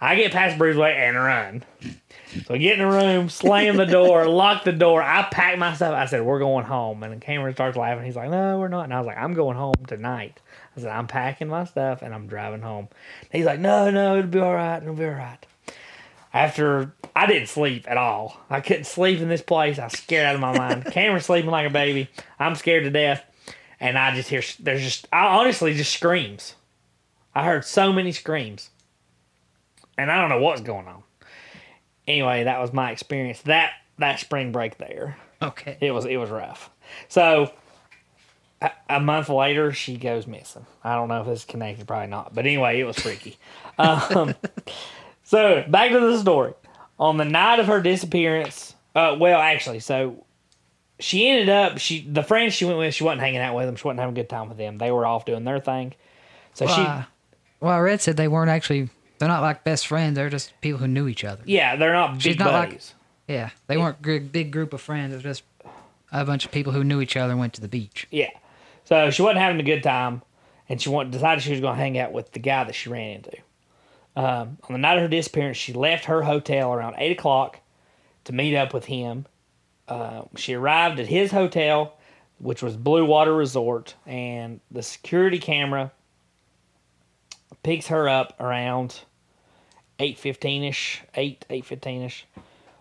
Speaker 1: I get past the breezeway and run. So I get in the room, slam the door, lock the door. I pack myself. I said, "We're going home." And Cameron starts laughing. He's like, "No, we're not." And I was like, "I'm going home tonight." I said, "I'm packing my stuff and I'm driving home." And he's like, "No, no, it'll be all right. It'll be all right." After I didn't sleep at all. I couldn't sleep in this place. I was scared out of my mind. Cameron's sleeping like a baby. I'm scared to death, and I just hear there's just I honestly just screams. I heard so many screams, and I don't know what's going on anyway, that was my experience that that spring break there.
Speaker 2: Okay.
Speaker 1: It was it was rough. So a, a month later, she goes missing. I don't know if this is connected, probably not. But anyway, it was freaky. um, so back to the story. On the night of her disappearance, uh, well, actually, so she ended up she the friends she went with she wasn't hanging out with them. She wasn't having a good time with them. They were off doing their thing. So
Speaker 2: Well,
Speaker 1: she
Speaker 2: I- well, I read said they weren't actually. They're not like best friends. They're just people who knew each other.
Speaker 1: yeah, they're not big
Speaker 2: not like-
Speaker 1: buddies.
Speaker 2: Yeah, they weren't a big group of friends. It was just a bunch of people who knew each other and went to the beach.
Speaker 1: Yeah. So she wasn't having a good time, and she want, decided she was going to hang out with the guy that she ran into. Um, on the night of her disappearance, she left her hotel around 8 o'clock to meet up with him. Uh, she arrived at his hotel, which was Blue Water Resort, and the security camera picks her up around 8.15ish, 8, 8.15ish,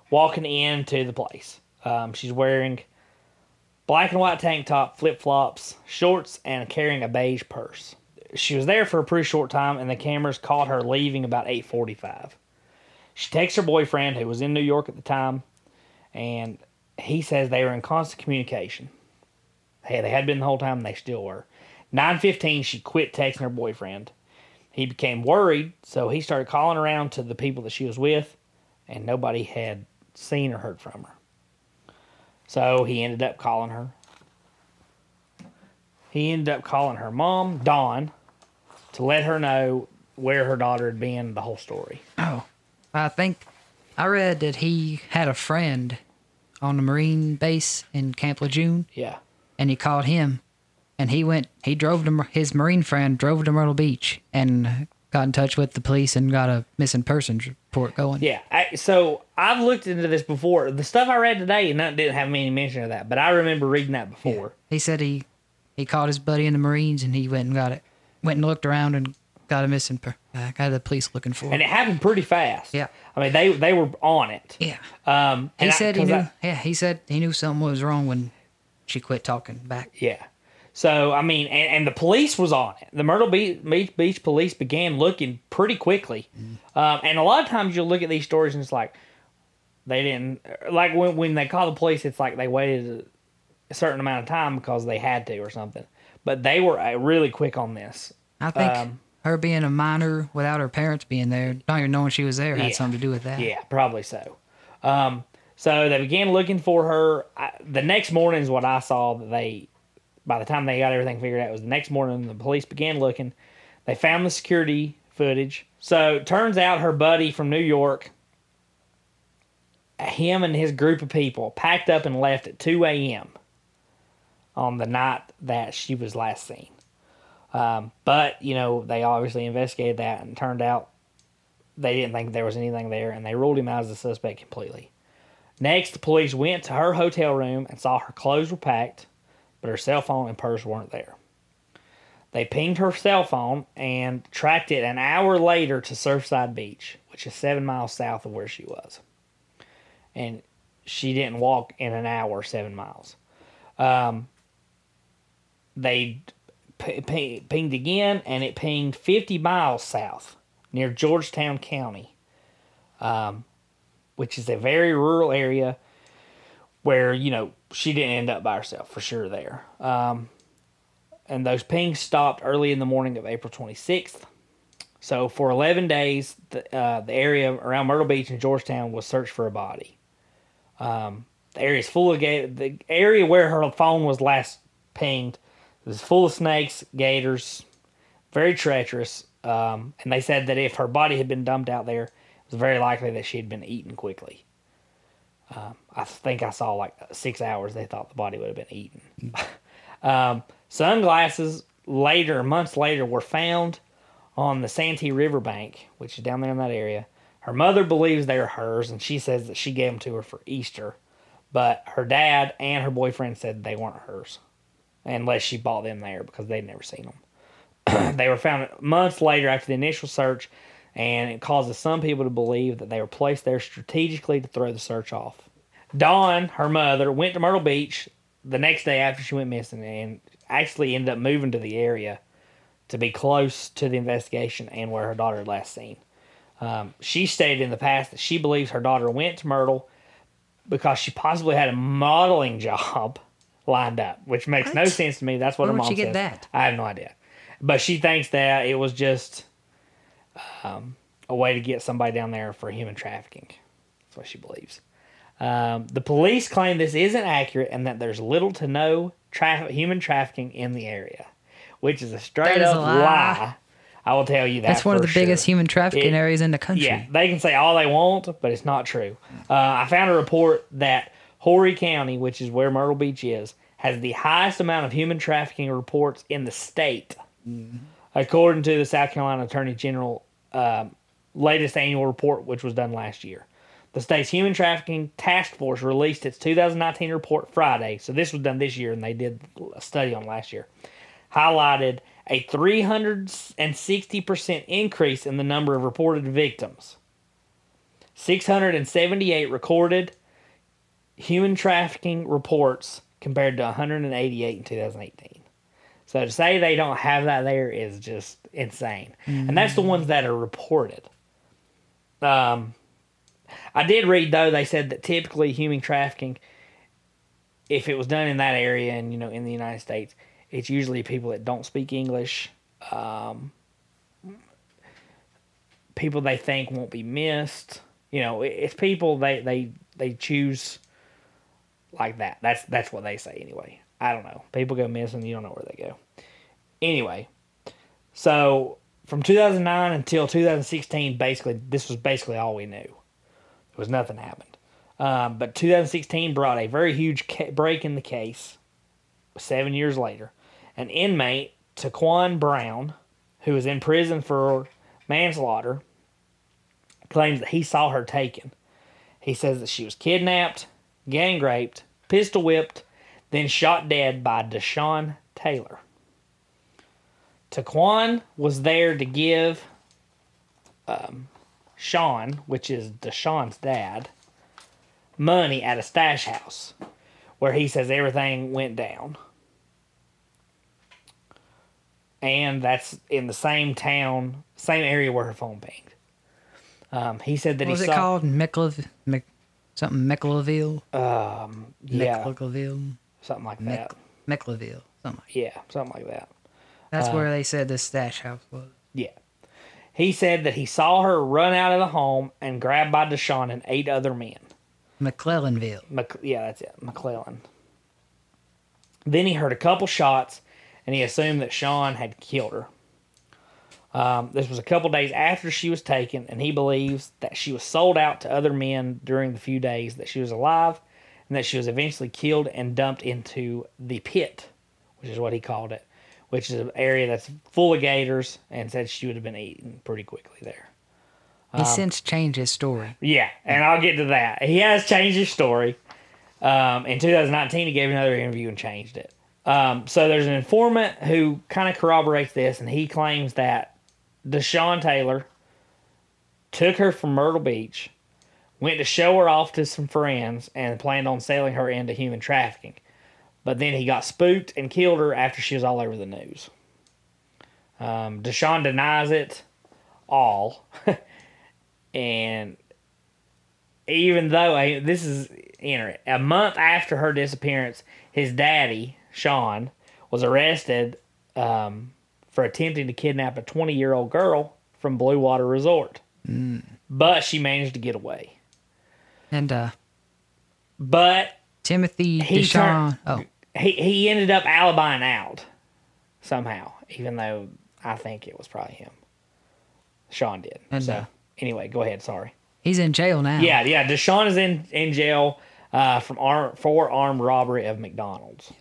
Speaker 1: walking into the place. Um, she's wearing black and white tank top, flip flops, shorts, and carrying a beige purse. She was there for a pretty short time, and the cameras caught her leaving about 8:45. She texts her boyfriend, who was in New York at the time, and he says they were in constant communication. Hey, they had been the whole time, and they still were. 9:15, she quit texting her boyfriend. He became worried, so he started calling around to the people that she was with, and nobody had seen or heard from her. So he ended up calling her. He ended up calling her mom, Dawn, to let her know where her daughter had been, the whole story.
Speaker 2: Oh, I think I read that he had a friend on the Marine base in Camp Lejeune,
Speaker 1: Yeah.
Speaker 2: and he called him, and he went. He drove to Myr- his Marine friend drove to Myrtle Beach and got in touch with the police and got a missing persons report going.
Speaker 1: Yeah. I, so I've looked into this before. The stuff I read today and that didn't have any mention of that, but I remember reading that before.
Speaker 2: He said he he called his buddy in the Marines and he went and got it. Went and looked around and got a missing per- uh, got the police looking for
Speaker 1: And
Speaker 2: him.
Speaker 1: it happened pretty fast.
Speaker 2: Yeah.
Speaker 1: I mean they they were on it.
Speaker 2: Yeah.
Speaker 1: Um
Speaker 2: He
Speaker 1: and I-
Speaker 2: said he
Speaker 1: 'cause
Speaker 2: knew
Speaker 1: I-
Speaker 2: yeah, he said he knew something was wrong when she quit talking back.
Speaker 1: Yeah. So I mean, and, and the police was on it. The Myrtle Beach, Beach, Beach police began looking pretty quickly, um, and a lot of times you'll look at these stories and it's like they didn't like when when they call the police, it's like they waited a certain amount of time because they had to or something. But they were uh, really quick on this.
Speaker 2: I think
Speaker 1: Um,
Speaker 2: her being a minor without her parents being there, not even knowing she was there, had
Speaker 1: Yeah.
Speaker 2: something to do with that.
Speaker 1: Yeah, probably so. Um, so they began looking for her. I, the next morning is what I saw that they, by the time they got everything figured out, it was the next morning the police began looking. They found the security footage. So it turns out her buddy from New York, him and his group of people packed up and left at 2 a.m. on the night that she was last seen. Um, but, you know, they obviously investigated that and turned out they didn't think there was anything there and they ruled him out as a suspect completely. Next, the police went to her hotel room and saw her clothes were packed, but her cell phone and purse weren't there. They pinged her cell phone and tracked it an hour later to Surfside Beach, which is seven miles south of where she was. And she didn't walk in an hour, seven miles. Um, they p- p- pinged again, and it pinged 50 miles south near Georgetown County, um, which is a very rural area where, you know, she didn't end up by herself for sure there. Um, and those pings stopped early in the morning of April 26th. So for 11 days, the, uh, the area around Myrtle Beach and Georgetown was searched for a body. Um, the area is full of ga- the area where her phone was last pinged is full of snakes, gators, very treacherous. Um, and they said that if her body had been dumped out there, it was very likely that she had been eaten quickly. Um, I think I saw like six hours. They thought the body would have been eaten. um, sunglasses later, months later, were found on the Santee Riverbank, which is down there in that area. Her mother believes they're hers, and she says that she gave them to her for Easter. But her dad and her boyfriend said they weren't hers, unless she bought them there because they'd never seen them they were found months later after the initial search, and it causes some people to believe that they were placed there strategically to throw the search off. Dawn, her mother, went to Myrtle Beach the next day after she went missing and actually ended up moving to the area to be close to the investigation and where her daughter had last seen. Um, she stated in the past that she believes her daughter went to Myrtle because she possibly had a modeling job lined up, which makes no
Speaker 2: What?
Speaker 1: sense to me. That's what
Speaker 2: Where
Speaker 1: her
Speaker 2: would
Speaker 1: mom
Speaker 2: she
Speaker 1: says.
Speaker 2: get that?
Speaker 1: I have no idea. But she thinks that it was just um, a way to get somebody down there for human trafficking. That's what she believes. Um, the police claim this isn't accurate and that there's little to no tra- human trafficking in the area, which is a straight
Speaker 2: is
Speaker 1: up
Speaker 2: a
Speaker 1: lie.
Speaker 2: lie.
Speaker 1: I will tell you that.
Speaker 2: That's one of
Speaker 1: for
Speaker 2: the biggest
Speaker 1: sure.
Speaker 2: human trafficking
Speaker 1: It-
Speaker 2: areas in the country.
Speaker 1: Yeah, they can say all they want, but it's not true. Uh, I found a report that Horry County, which is where Myrtle Beach is, has the highest amount of human trafficking reports in the state, according to the South Carolina Attorney General um latest annual report, which was done last year. The state's Human Trafficking Task Force released its 2019 report Friday, so this was done this year, and they did a study on last year highlighted a 360% increase in the number of reported victims. 678 recorded human trafficking reports compared to 188 in 2018. So to say they don't have that there is just insane. And that's the ones that are reported. Um, I did read though they said that typically human trafficking if it was done in that area and you know in the United States, it's usually people that don't speak English, um, people they think won't be missed. You know, it- it's people they they they choose like that. That's that's what they say anyway. I don't know. People go missing. You don't know where they go. Anyway, so from 2009 until 2016, basically this was basically all we knew. There was nothing happened. Um, but 2016 brought a very huge ca- break in the case. Seven years later, an inmate, Taquan Brown, who was in prison for manslaughter, claims that he saw her taken. He says that she was kidnapped, gang raped, pistol whipped, then shot dead by Deshaun Taylor. Taquan was there to give um, Sean, which is Deshaun's dad, money at a stash house where he says everything went down. And that's in the same town, same area where her phone pinged. Um, he said that
Speaker 2: What was
Speaker 1: he
Speaker 2: it
Speaker 1: saw
Speaker 2: called? Mickle, Mc, something Mickleville?
Speaker 1: Uh, yeah,
Speaker 2: Mickleville?
Speaker 1: something like
Speaker 2: Mick,
Speaker 1: that.
Speaker 2: Mickleville. Something like
Speaker 1: Yeah, something like that. Uh,
Speaker 2: That's where they said the stash house was.
Speaker 1: Yeah. He said that he saw her run out of the home and grabbed by Deshaun and eight other men.
Speaker 2: McClellanville.
Speaker 1: Mc- yeah, that's it. McClellan. Then he heard a couple shots and he assumed that Sean had killed her. Um, this was a couple days after she was taken, and he believes that she was sold out to other men during the few days that she was alive and that she was eventually killed and dumped into the pit, which is what he called it, which is an area that's full of gators and said she would have been eaten pretty quickly there.
Speaker 2: He
Speaker 1: um,
Speaker 2: since changed his story.
Speaker 1: Yeah, and I'll get to that. He has changed his story. Um, in 2019, he gave another interview and changed it. Um, so there's an informant who kind of corroborates this, and he claims that Deshaun Taylor took her from Myrtle Beach, went to show her off to some friends, and planned on selling her into human trafficking. But then he got spooked and killed her after she was all over the news. Um, Deshaun denies it all. and even though I, this is internet, a month after her disappearance, his daddy Sean was arrested um, for attempting to kidnap a 20 year old girl from Blue Water Resort, but she managed to get away.
Speaker 2: And uh,
Speaker 1: But
Speaker 2: Timothy
Speaker 1: He
Speaker 2: Deshawn. Oh,
Speaker 1: he he ended up alibiing out somehow, even though I think it was probably him. Sean did.
Speaker 2: And,
Speaker 1: so
Speaker 2: uh,
Speaker 1: anyway, go ahead. Sorry.
Speaker 2: he's in jail now.
Speaker 1: Yeah, yeah. Deshaun is in in jail uh, from arm, for armed robbery of McDonald's,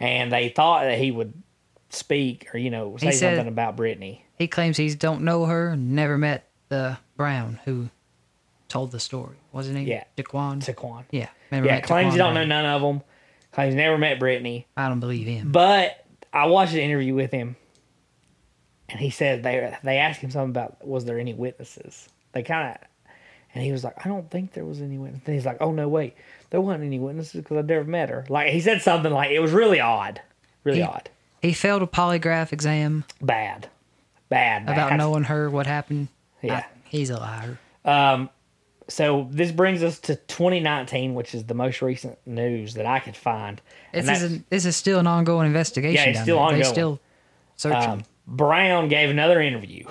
Speaker 1: and they thought that he would speak or you know say
Speaker 2: said-
Speaker 1: something about Brittany.
Speaker 2: He claims he don't know her and never met the Brown who told the story. Wasn't he?
Speaker 1: Yeah.
Speaker 2: Daquan?
Speaker 1: Saquon.
Speaker 2: yeah. Never
Speaker 1: yeah.
Speaker 2: met
Speaker 1: Claims he
Speaker 2: Daquan
Speaker 1: don't know
Speaker 2: Brown.
Speaker 1: none of them. Claims he never met Brittany.
Speaker 2: I don't believe him.
Speaker 1: But I watched an interview with him, and he said they they asked him something about was there any witnesses. They kind of, and he was like, I don't think there was any witnesses. And he's like, Oh no, wait, there wasn't any witnesses because I never met her. Like he said something like it was really odd, really
Speaker 2: He-
Speaker 1: odd,
Speaker 2: He failed a polygraph exam
Speaker 1: bad, bad. bad.
Speaker 2: about knowing her, what happened.
Speaker 1: Yeah.
Speaker 2: I- he's a liar.
Speaker 1: So this brings us to 2019, which is the most recent news that I could find.
Speaker 2: This
Speaker 1: And that's-
Speaker 2: is, an, this is still an ongoing investigation.
Speaker 1: Yeah, it's
Speaker 2: down
Speaker 1: still
Speaker 2: there. They
Speaker 1: ongoing.
Speaker 2: still searching.
Speaker 1: Um, Brown gave another interview.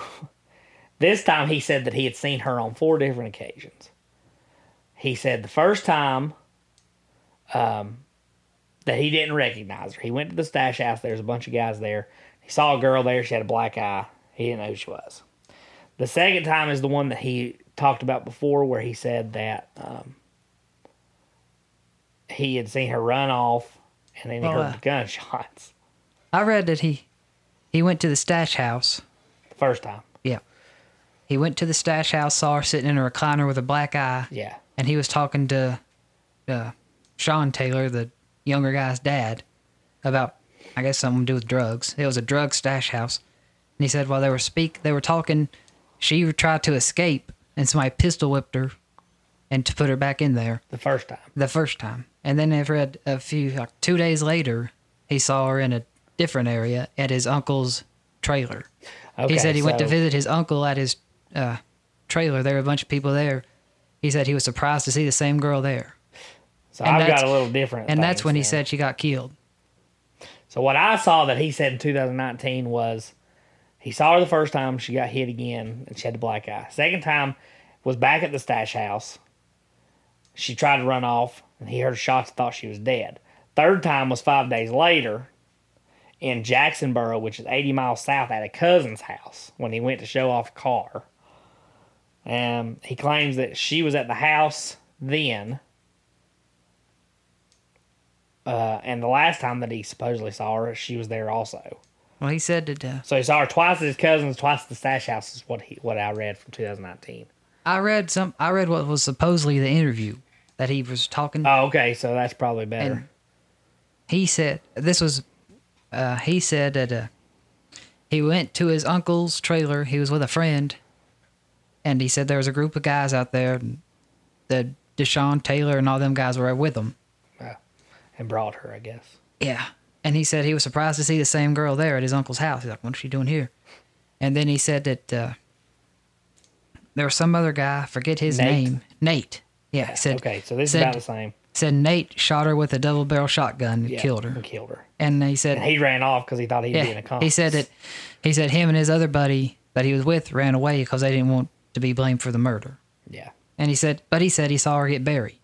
Speaker 1: this time he said that he had seen her on four different occasions. He said the first time um, that he didn't recognize her. He went to the stash house. There was a bunch of guys there. He saw a girl there. She had a black eye. He didn't know who she was. The second time is the one that he talked about before, where he said that um, he had seen her run off and then he
Speaker 2: Well,
Speaker 1: heard
Speaker 2: uh,
Speaker 1: the gunshots
Speaker 2: I read that he he went to the stash house.
Speaker 1: the first time.
Speaker 2: Yeah. He went to the stash house, saw her sitting in a recliner with a black eye,
Speaker 1: Yeah.
Speaker 2: and he was talking to uh, Sean Taylor, the younger guy's dad, about I guess something to do with drugs. It was a drug stash house, and he said while they were speak, they were talking, she tried to escape, and somebody pistol whipped her, and to put her back in there
Speaker 1: The first time.
Speaker 2: the first time, and then I've read a few like two days later, he saw her in a different area at his uncle's trailer.
Speaker 1: Okay,
Speaker 2: he said he went to
Speaker 1: so-
Speaker 2: visit his uncle at his uh, trailer. There were a bunch of people there. He said he was surprised to see the same girl there,
Speaker 1: So
Speaker 2: and
Speaker 1: I've got
Speaker 2: that's-
Speaker 1: a little different.
Speaker 2: and that's
Speaker 1: things
Speaker 2: when he
Speaker 1: then.
Speaker 2: said she got killed.
Speaker 1: So what I saw that he said in 2019 was, he saw her the first time. She got hit again, and she had the black eye. Second time was back at the stash house. She tried to run off, and he heard shots. and Thought she was dead. Third time was five days later, in Jacksonboro, which is 80 miles south, at a cousin's house when he went to show off a car. Um, he claims that she was at the house then. Uh, and the last time that he supposedly saw her, she was there also.
Speaker 2: Well, he said that uh,
Speaker 1: So he saw her twice at his cousins, twice at the stash house. Is what he what I read from 2019.
Speaker 2: I read some. I read what was supposedly the interview that he was talking.
Speaker 1: Oh, okay. So that's probably better.
Speaker 2: And he said this was. Uh, he said that uh, he went to his uncle's trailer. He was with a friend, and he said there was a group of guys out there. and That Deshaun Taylor and all them guys were with him.
Speaker 1: Wow. and brought her, I guess.
Speaker 2: Yeah. And he said he was surprised to see the same girl there at his uncle's house. He's like, what's she doing here? And then he said that uh, there was some other guy, forget his
Speaker 1: Nate?
Speaker 2: name, Nate. Yeah, he said,
Speaker 1: Okay, so this
Speaker 2: said,
Speaker 1: is about the same.
Speaker 2: said Nate shot her with a double barrel shotgun and
Speaker 1: Yeah,
Speaker 2: killed her.
Speaker 1: and Killed her.
Speaker 2: And he said,
Speaker 1: And he ran off because he thought he'd be an
Speaker 2: yeah,
Speaker 1: accomplice.
Speaker 2: he said that he said him and his other buddy that he was with ran away because they didn't want to be blamed for the murder.
Speaker 1: Yeah.
Speaker 2: And he said, but he said he saw her get buried.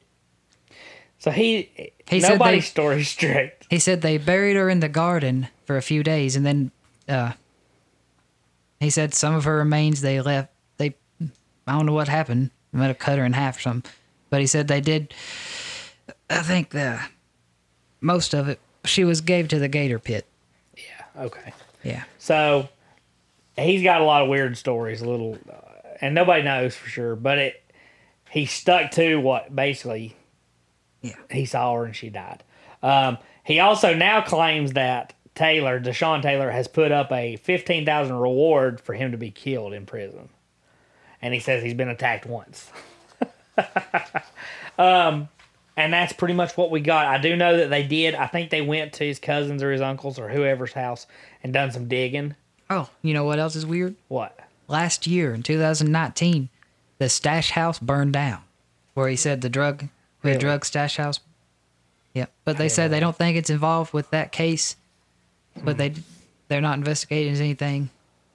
Speaker 1: So he,
Speaker 2: He said
Speaker 1: nobody's
Speaker 2: they-
Speaker 1: story's strict.
Speaker 2: He said they buried her in the garden for a few days, and then uh, he said some of her remains they left. They, I don't know what happened. They might have cut her in half or something. But he said they did. I think the most of it she was gave to the gator pit.
Speaker 1: Yeah. Okay.
Speaker 2: Yeah,
Speaker 1: So he's got a lot of weird stories, a little, uh, and nobody knows for sure. But it, he stuck to what basically
Speaker 2: Yeah.
Speaker 1: he saw her and she died. Um, he also now claims that Taylor, Deshaun Taylor, has put up a fifteen thousand reward for him to be killed in prison, and he says he's been attacked once. um, and that's pretty much what we got. I do know that they did. I think they went to his cousins or his uncles or whoever's house and done some digging.
Speaker 2: Oh, you know what else is weird?
Speaker 1: What?
Speaker 2: Last year in 2019, the stash house burned down, where he said the drug,
Speaker 1: Really?
Speaker 2: the drug stash house. Yeah, but they said they don't think it's involved with that case, but they they're not investigating anything,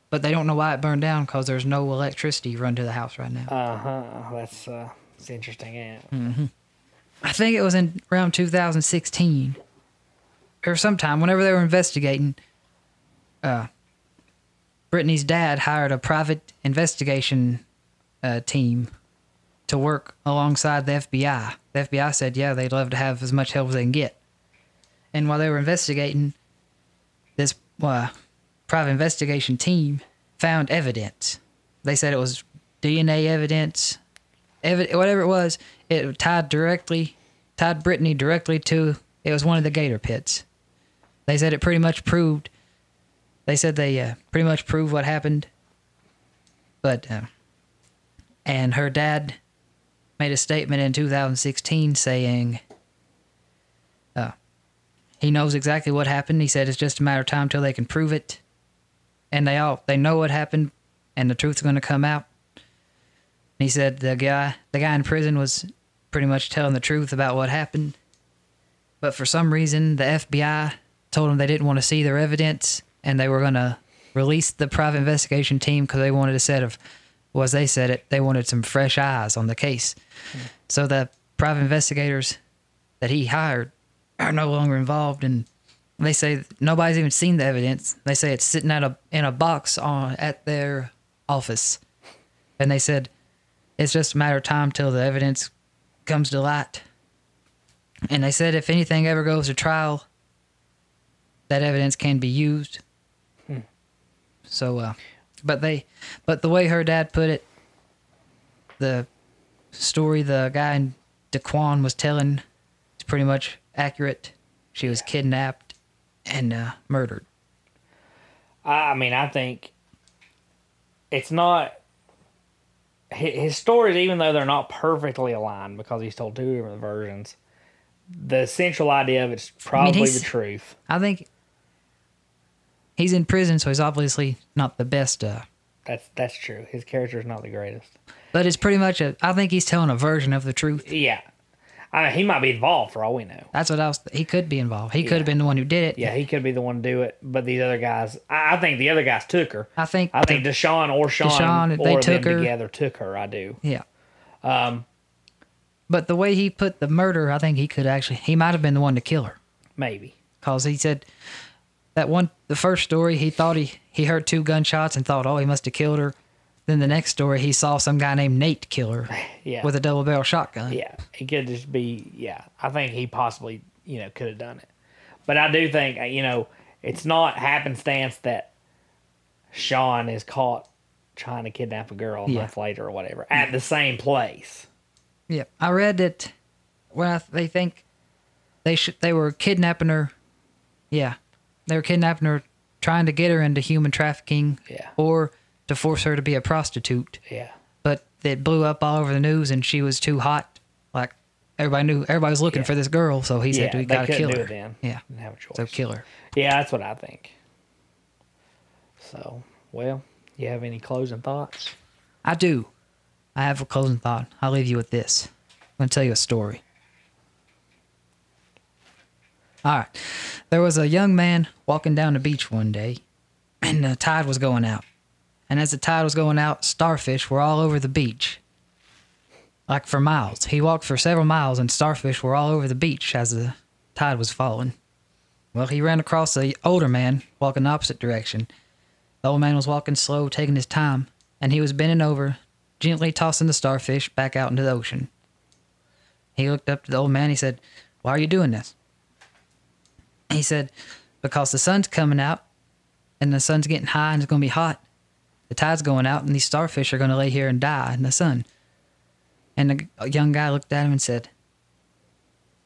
Speaker 2: but they don't know why it burned down because there's no electricity run to the house right now.
Speaker 1: Uh huh. That's uh, it's interesting. Yeah.
Speaker 2: Hmm. I think it was in around 2016 or sometime whenever they were investigating. Uh, Brittany's dad hired a private investigation uh, team to work alongside the FBI. The FBI said, yeah, they'd love to have as much help as they can get. And while they were investigating, this uh, private investigation team found evidence. They said it was DNA evidence, ev- whatever it was, it tied directly, tied Brittany directly to. It was one of the gator pits. They said it pretty much proved. They said they uh, pretty much proved what happened. But uh, and her dad made a statement in 2016 saying. Uh, he knows exactly what happened. He said it's just a matter of time till they can prove it, and they all they know what happened, and the truth's going to come out. And he said the guy the guy in prison was pretty much telling the truth about what happened. But for some reason the FBI told him they didn't want to see their evidence and they were going to release the private investigation team cuz they wanted a set of was they said it they wanted some fresh eyes on the case. So the private investigators that he hired are no longer involved and they say nobody's even seen the evidence. They say it's sitting at a in a box on at their office. And they said it's just a matter of time till the evidence comes to light. And they said if anything ever goes to trial, that evidence can be used. So, uh, but they, but the way her dad put it, the story the guy in Daquan was telling is pretty much accurate. She was kidnapped and uh, murdered.
Speaker 1: I, I mean, I think it's not hi- his stories, even though they're not perfectly aligned because he's told two different versions. The central idea of it's probably the
Speaker 2: he's-
Speaker 1: truth.
Speaker 2: I think he's in prison, so he's obviously not the best uh,
Speaker 1: That's that's true. His character is not the greatest.
Speaker 2: But it's pretty much a. I think he's telling a version of the truth.
Speaker 1: Yeah, I mean, he might be involved for all we know.
Speaker 2: That's what I was. He could be involved. He could
Speaker 1: Yeah.
Speaker 2: have been the one who did it.
Speaker 1: Yeah, he could be the one to do it, but these other guys, I, I think the other guys took her.
Speaker 2: I think.
Speaker 1: I think Deshaun or Sean
Speaker 2: Deshaun, if
Speaker 1: or
Speaker 2: they
Speaker 1: them
Speaker 2: took her-
Speaker 1: together took her. I do.
Speaker 2: yeah. Um. But the way he put the murder, I think he could actually. He might have been the one to kill her,
Speaker 1: Maybe.
Speaker 2: cause he said that one. The first story, he thought he he heard two gunshots and thought, oh, he must have killed her. Then the next story, he saw some guy named Nate kill her
Speaker 1: Yeah.
Speaker 2: with a double barrel shotgun.
Speaker 1: Yeah, it could just be. Yeah, I think he possibly, you know, could have done it, but I do think, uh, you know, it's not happenstance that Sean is caught trying to kidnap a girl a
Speaker 2: Yeah.
Speaker 1: month later or whatever at the same place.
Speaker 2: Yeah, I read that. Well, they think they should. They were kidnapping her. Yeah, they were kidnapping her, trying to get her into human trafficking.
Speaker 1: Yeah.
Speaker 2: or to force her to be a prostitute.
Speaker 1: Yeah.
Speaker 2: But it blew up all over the news, and she was too hot. Like everybody knew, everybody was looking
Speaker 1: Yeah.
Speaker 2: for this girl. So he
Speaker 1: yeah,
Speaker 2: said, "We
Speaker 1: they
Speaker 2: gotta
Speaker 1: couldn't
Speaker 2: kill
Speaker 1: do
Speaker 2: her."
Speaker 1: it then.
Speaker 2: Yeah,
Speaker 1: Didn't have a choice.
Speaker 2: so kill her.
Speaker 1: Yeah, that's what I think. So, well, you have any closing thoughts?
Speaker 2: I do. I have a closing thought. I'll leave you with this. I'm going to tell you a story. All right. There was a young man walking down the beach one day, and the tide was going out. And as the tide was going out, starfish were all over the beach, like for miles. He walked for several miles, and starfish were all over the beach as the tide was falling. Well, he ran across a older man walking the opposite direction. The old man was walking slow, taking his time, and he was bending over, gently tossing the starfish back out into the ocean. He looked up to the old man. He said, Why are you doing this? He said, Because the sun's coming out, and the sun's getting high, and it's going to be hot. The tide's going out, and these starfish are going to lay here and die in the sun. And the g- young guy looked at him and said,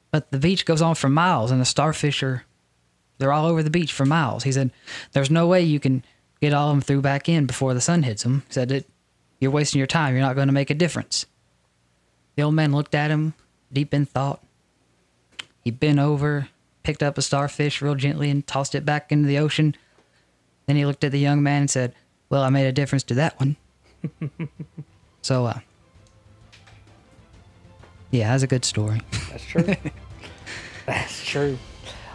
Speaker 2: But the beach goes on for miles, and the starfish are they're all over the beach for miles. He said, "There's no way you can get all of them through back in before the sun hits them." He said, "It, you're wasting your time. You're not going to make a difference." The old man looked at him, deep in thought. He bent over, picked up a starfish real gently, and tossed it back into the ocean. Then he looked at the young man and said, "Well, I made a difference to that one." so, uh, yeah, that's a good story.
Speaker 1: That's true. that's true.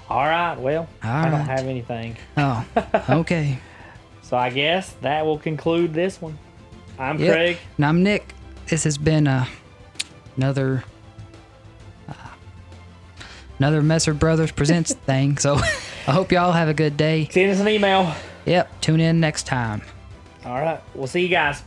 Speaker 1: All right. Well, I don't
Speaker 2: right.
Speaker 1: have anything.
Speaker 2: Oh, okay.
Speaker 1: So I guess that will conclude this one. I'm
Speaker 2: Yep.
Speaker 1: Craig.
Speaker 2: And I'm Nick. This has been uh, another uh, another Messer Brothers presents thing. So I hope y'all have a good day.
Speaker 1: Send us an email.
Speaker 2: Yep. Tune in next time.
Speaker 1: All right. We'll see you guys.